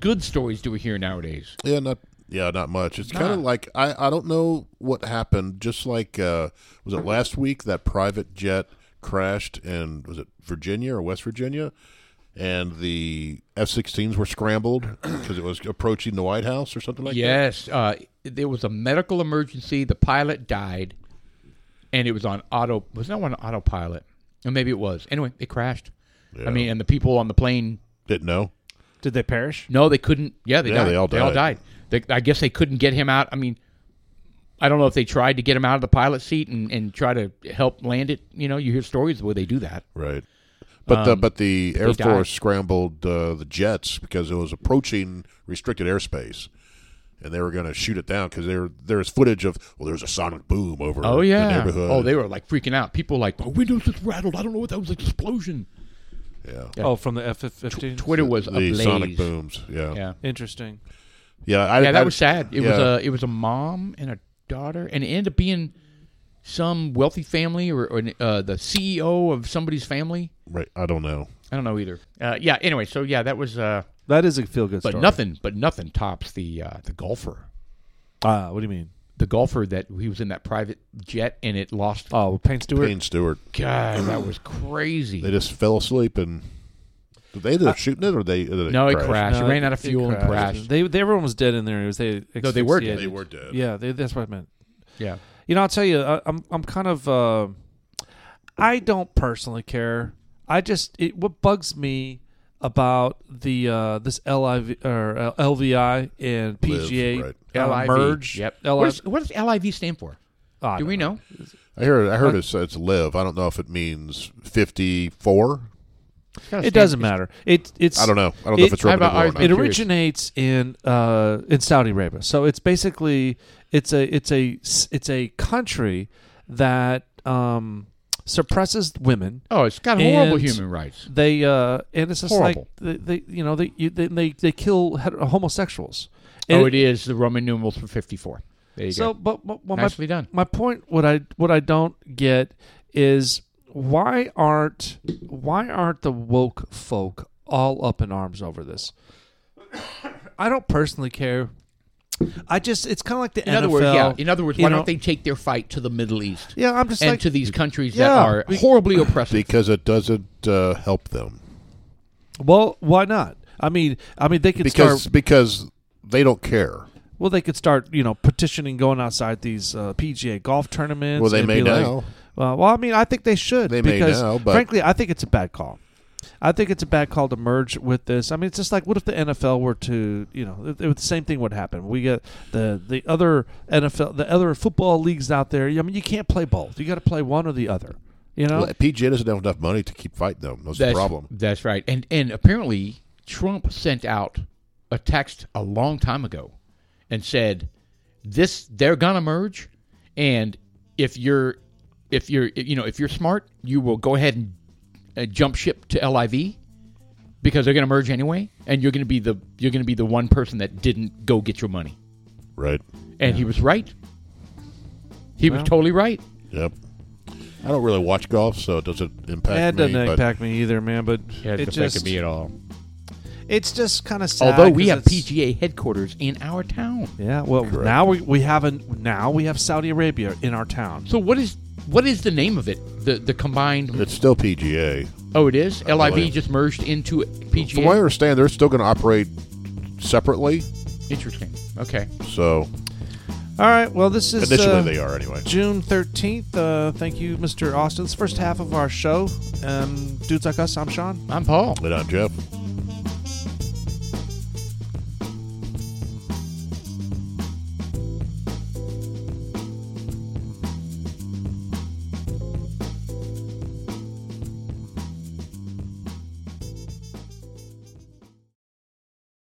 good stories do we hear nowadays? Yeah, not yeah, not much. It's kind of like I, I don't know what happened. Just like uh, was it last week that private jet crashed in was it Virginia or West Virginia, and the F-16s were scrambled because it was approaching the White House or something like that. yes, uh, there was a medical emergency. The pilot died, and it was on auto. Was that one autopilot? Or maybe it was. Anyway, it crashed. I Yeah. mean, and the people on the plane. Didn't know. Did they perish? No, they couldn't. Yeah, they Yeah, died. they all died. They- I guess they couldn't get him out. I mean, I don't know if they tried to get him out of the pilot seat and, and try to help land it. You know, you hear stories where they do that. Right. But the but the Air Um, died. Force scrambled uh, the jets because it was approaching restricted airspace, and they were going to shoot it down because there there's footage of well there's a sonic boom over Oh the yeah. neighborhood. Oh, they were like freaking out. People like my windows just rattled. I don't know what that was. An explosion. yeah. Oh, from the F-15. Twitter was the ablaze. sonic booms. Yeah, Yeah. Interesting. yeah. I, Yeah, I- that was sad. It was uh, yeah. a it was a mom and a daughter, and it ended up being some wealthy family or, or uh, the CEO of somebody's family. right. I don't know. I don't know either. Uh, yeah. Anyway, so yeah, that was. Uh, That is a feel good but story. nothing. But nothing tops the uh, the golfer. Ah, what do you mean? The golfer that he was in that private jet and it lost. Oh, Payne Stewart. Payne Stewart. God, that was They crazy. just fell asleep and did they end up shooting it or they? Or they Uh, No, it crashed? crashed. No, it ran out of it fuel and crashed. They, they everyone was dead in there. It was they. No, they were asphyxiated. dead. They were dead. Yeah, they, that's what I meant. Yeah. You know, I'll tell you, I, I'm I'm kind of uh, I don't personally care. I just it, what bugs me about the uh, this LIV or uh, LVI and Live, PGA right. uh, LIV. merge. Yep. LIV. what, does, what does LIV stand for? Oh, I Do don't we know? I heard. I heard Uh, it's, it's live. I don't know if it means fifty four. It doesn't matter. It it's I don't know. I don't know if It- it's real. I've- uh, I've- it curious. originates in uh, in Saudi Arabia. So it's basically it's a it's a it's a country that um, suppresses women. Oh, it's got horrible And- human rights. They uh, and it's just Horrible. like they, they you know they you, they they they kill hetero- homosexuals. oh, And- it is the Roman numerals for 54. There you so, go. but, but well, my, Nicely done. my point, what I what I don't get is why aren't why aren't the woke folk all up in arms over this? I don't personally care. I just it's kind of like the In NFL. other words, yeah. In other words, you why know? don't they take their fight to the Middle East Yeah, I'm just and like to these countries that Yeah, are be- horribly oppressive? because it doesn't uh, help them. well, why not? I mean, I mean they could Because start. because they don't care. Well, they could start you know petitioning, going outside these uh, PGA golf tournaments. Well, they and may be like- now. well, well, I mean, I think they should. They may because, now, but- frankly, I think it's a bad call. I think it's a bad call to merge with this. I mean, it's just like what if the NFL were to, you know, it, it- the same thing would happen. We get the the other NFL, the other football leagues out there. I mean, you can't play both. You got to play one or the other. You know, Well, PGA doesn't have enough money to keep fighting them. That's, the That's- problem. That's right. And and apparently Trump sent out a text a long time ago and said this they're gonna merge and if you're if you're you know if you're smart you will go ahead and uh, jump ship to LIV because they're gonna merge anyway and you're gonna be the you're gonna be the one person that didn't go get your money Right. and he was right he was totally right Yep. I don't really watch golf, so it doesn't impact that me. doesn't but impact me either, man. But yeah it just at all It's just kind of sad. Although we 'cause have it's- PGA headquarters in our town. Yeah, well, now we, we have a, now we have Saudi Arabia in our town. So what is what is the name of it? The the combined It's still PGA. Oh, it is? LIV believe. just merged into PGA. From what I understand, they're still going to operate separately. Interesting. Okay. So All right, well, this is initially uh, they are anyway. June 13th. Uh, thank you, Mr. Austin. It's the first half of our show. Um, Dudes Like Us, I'm Sean. I'm Paul. And I'm Jeff.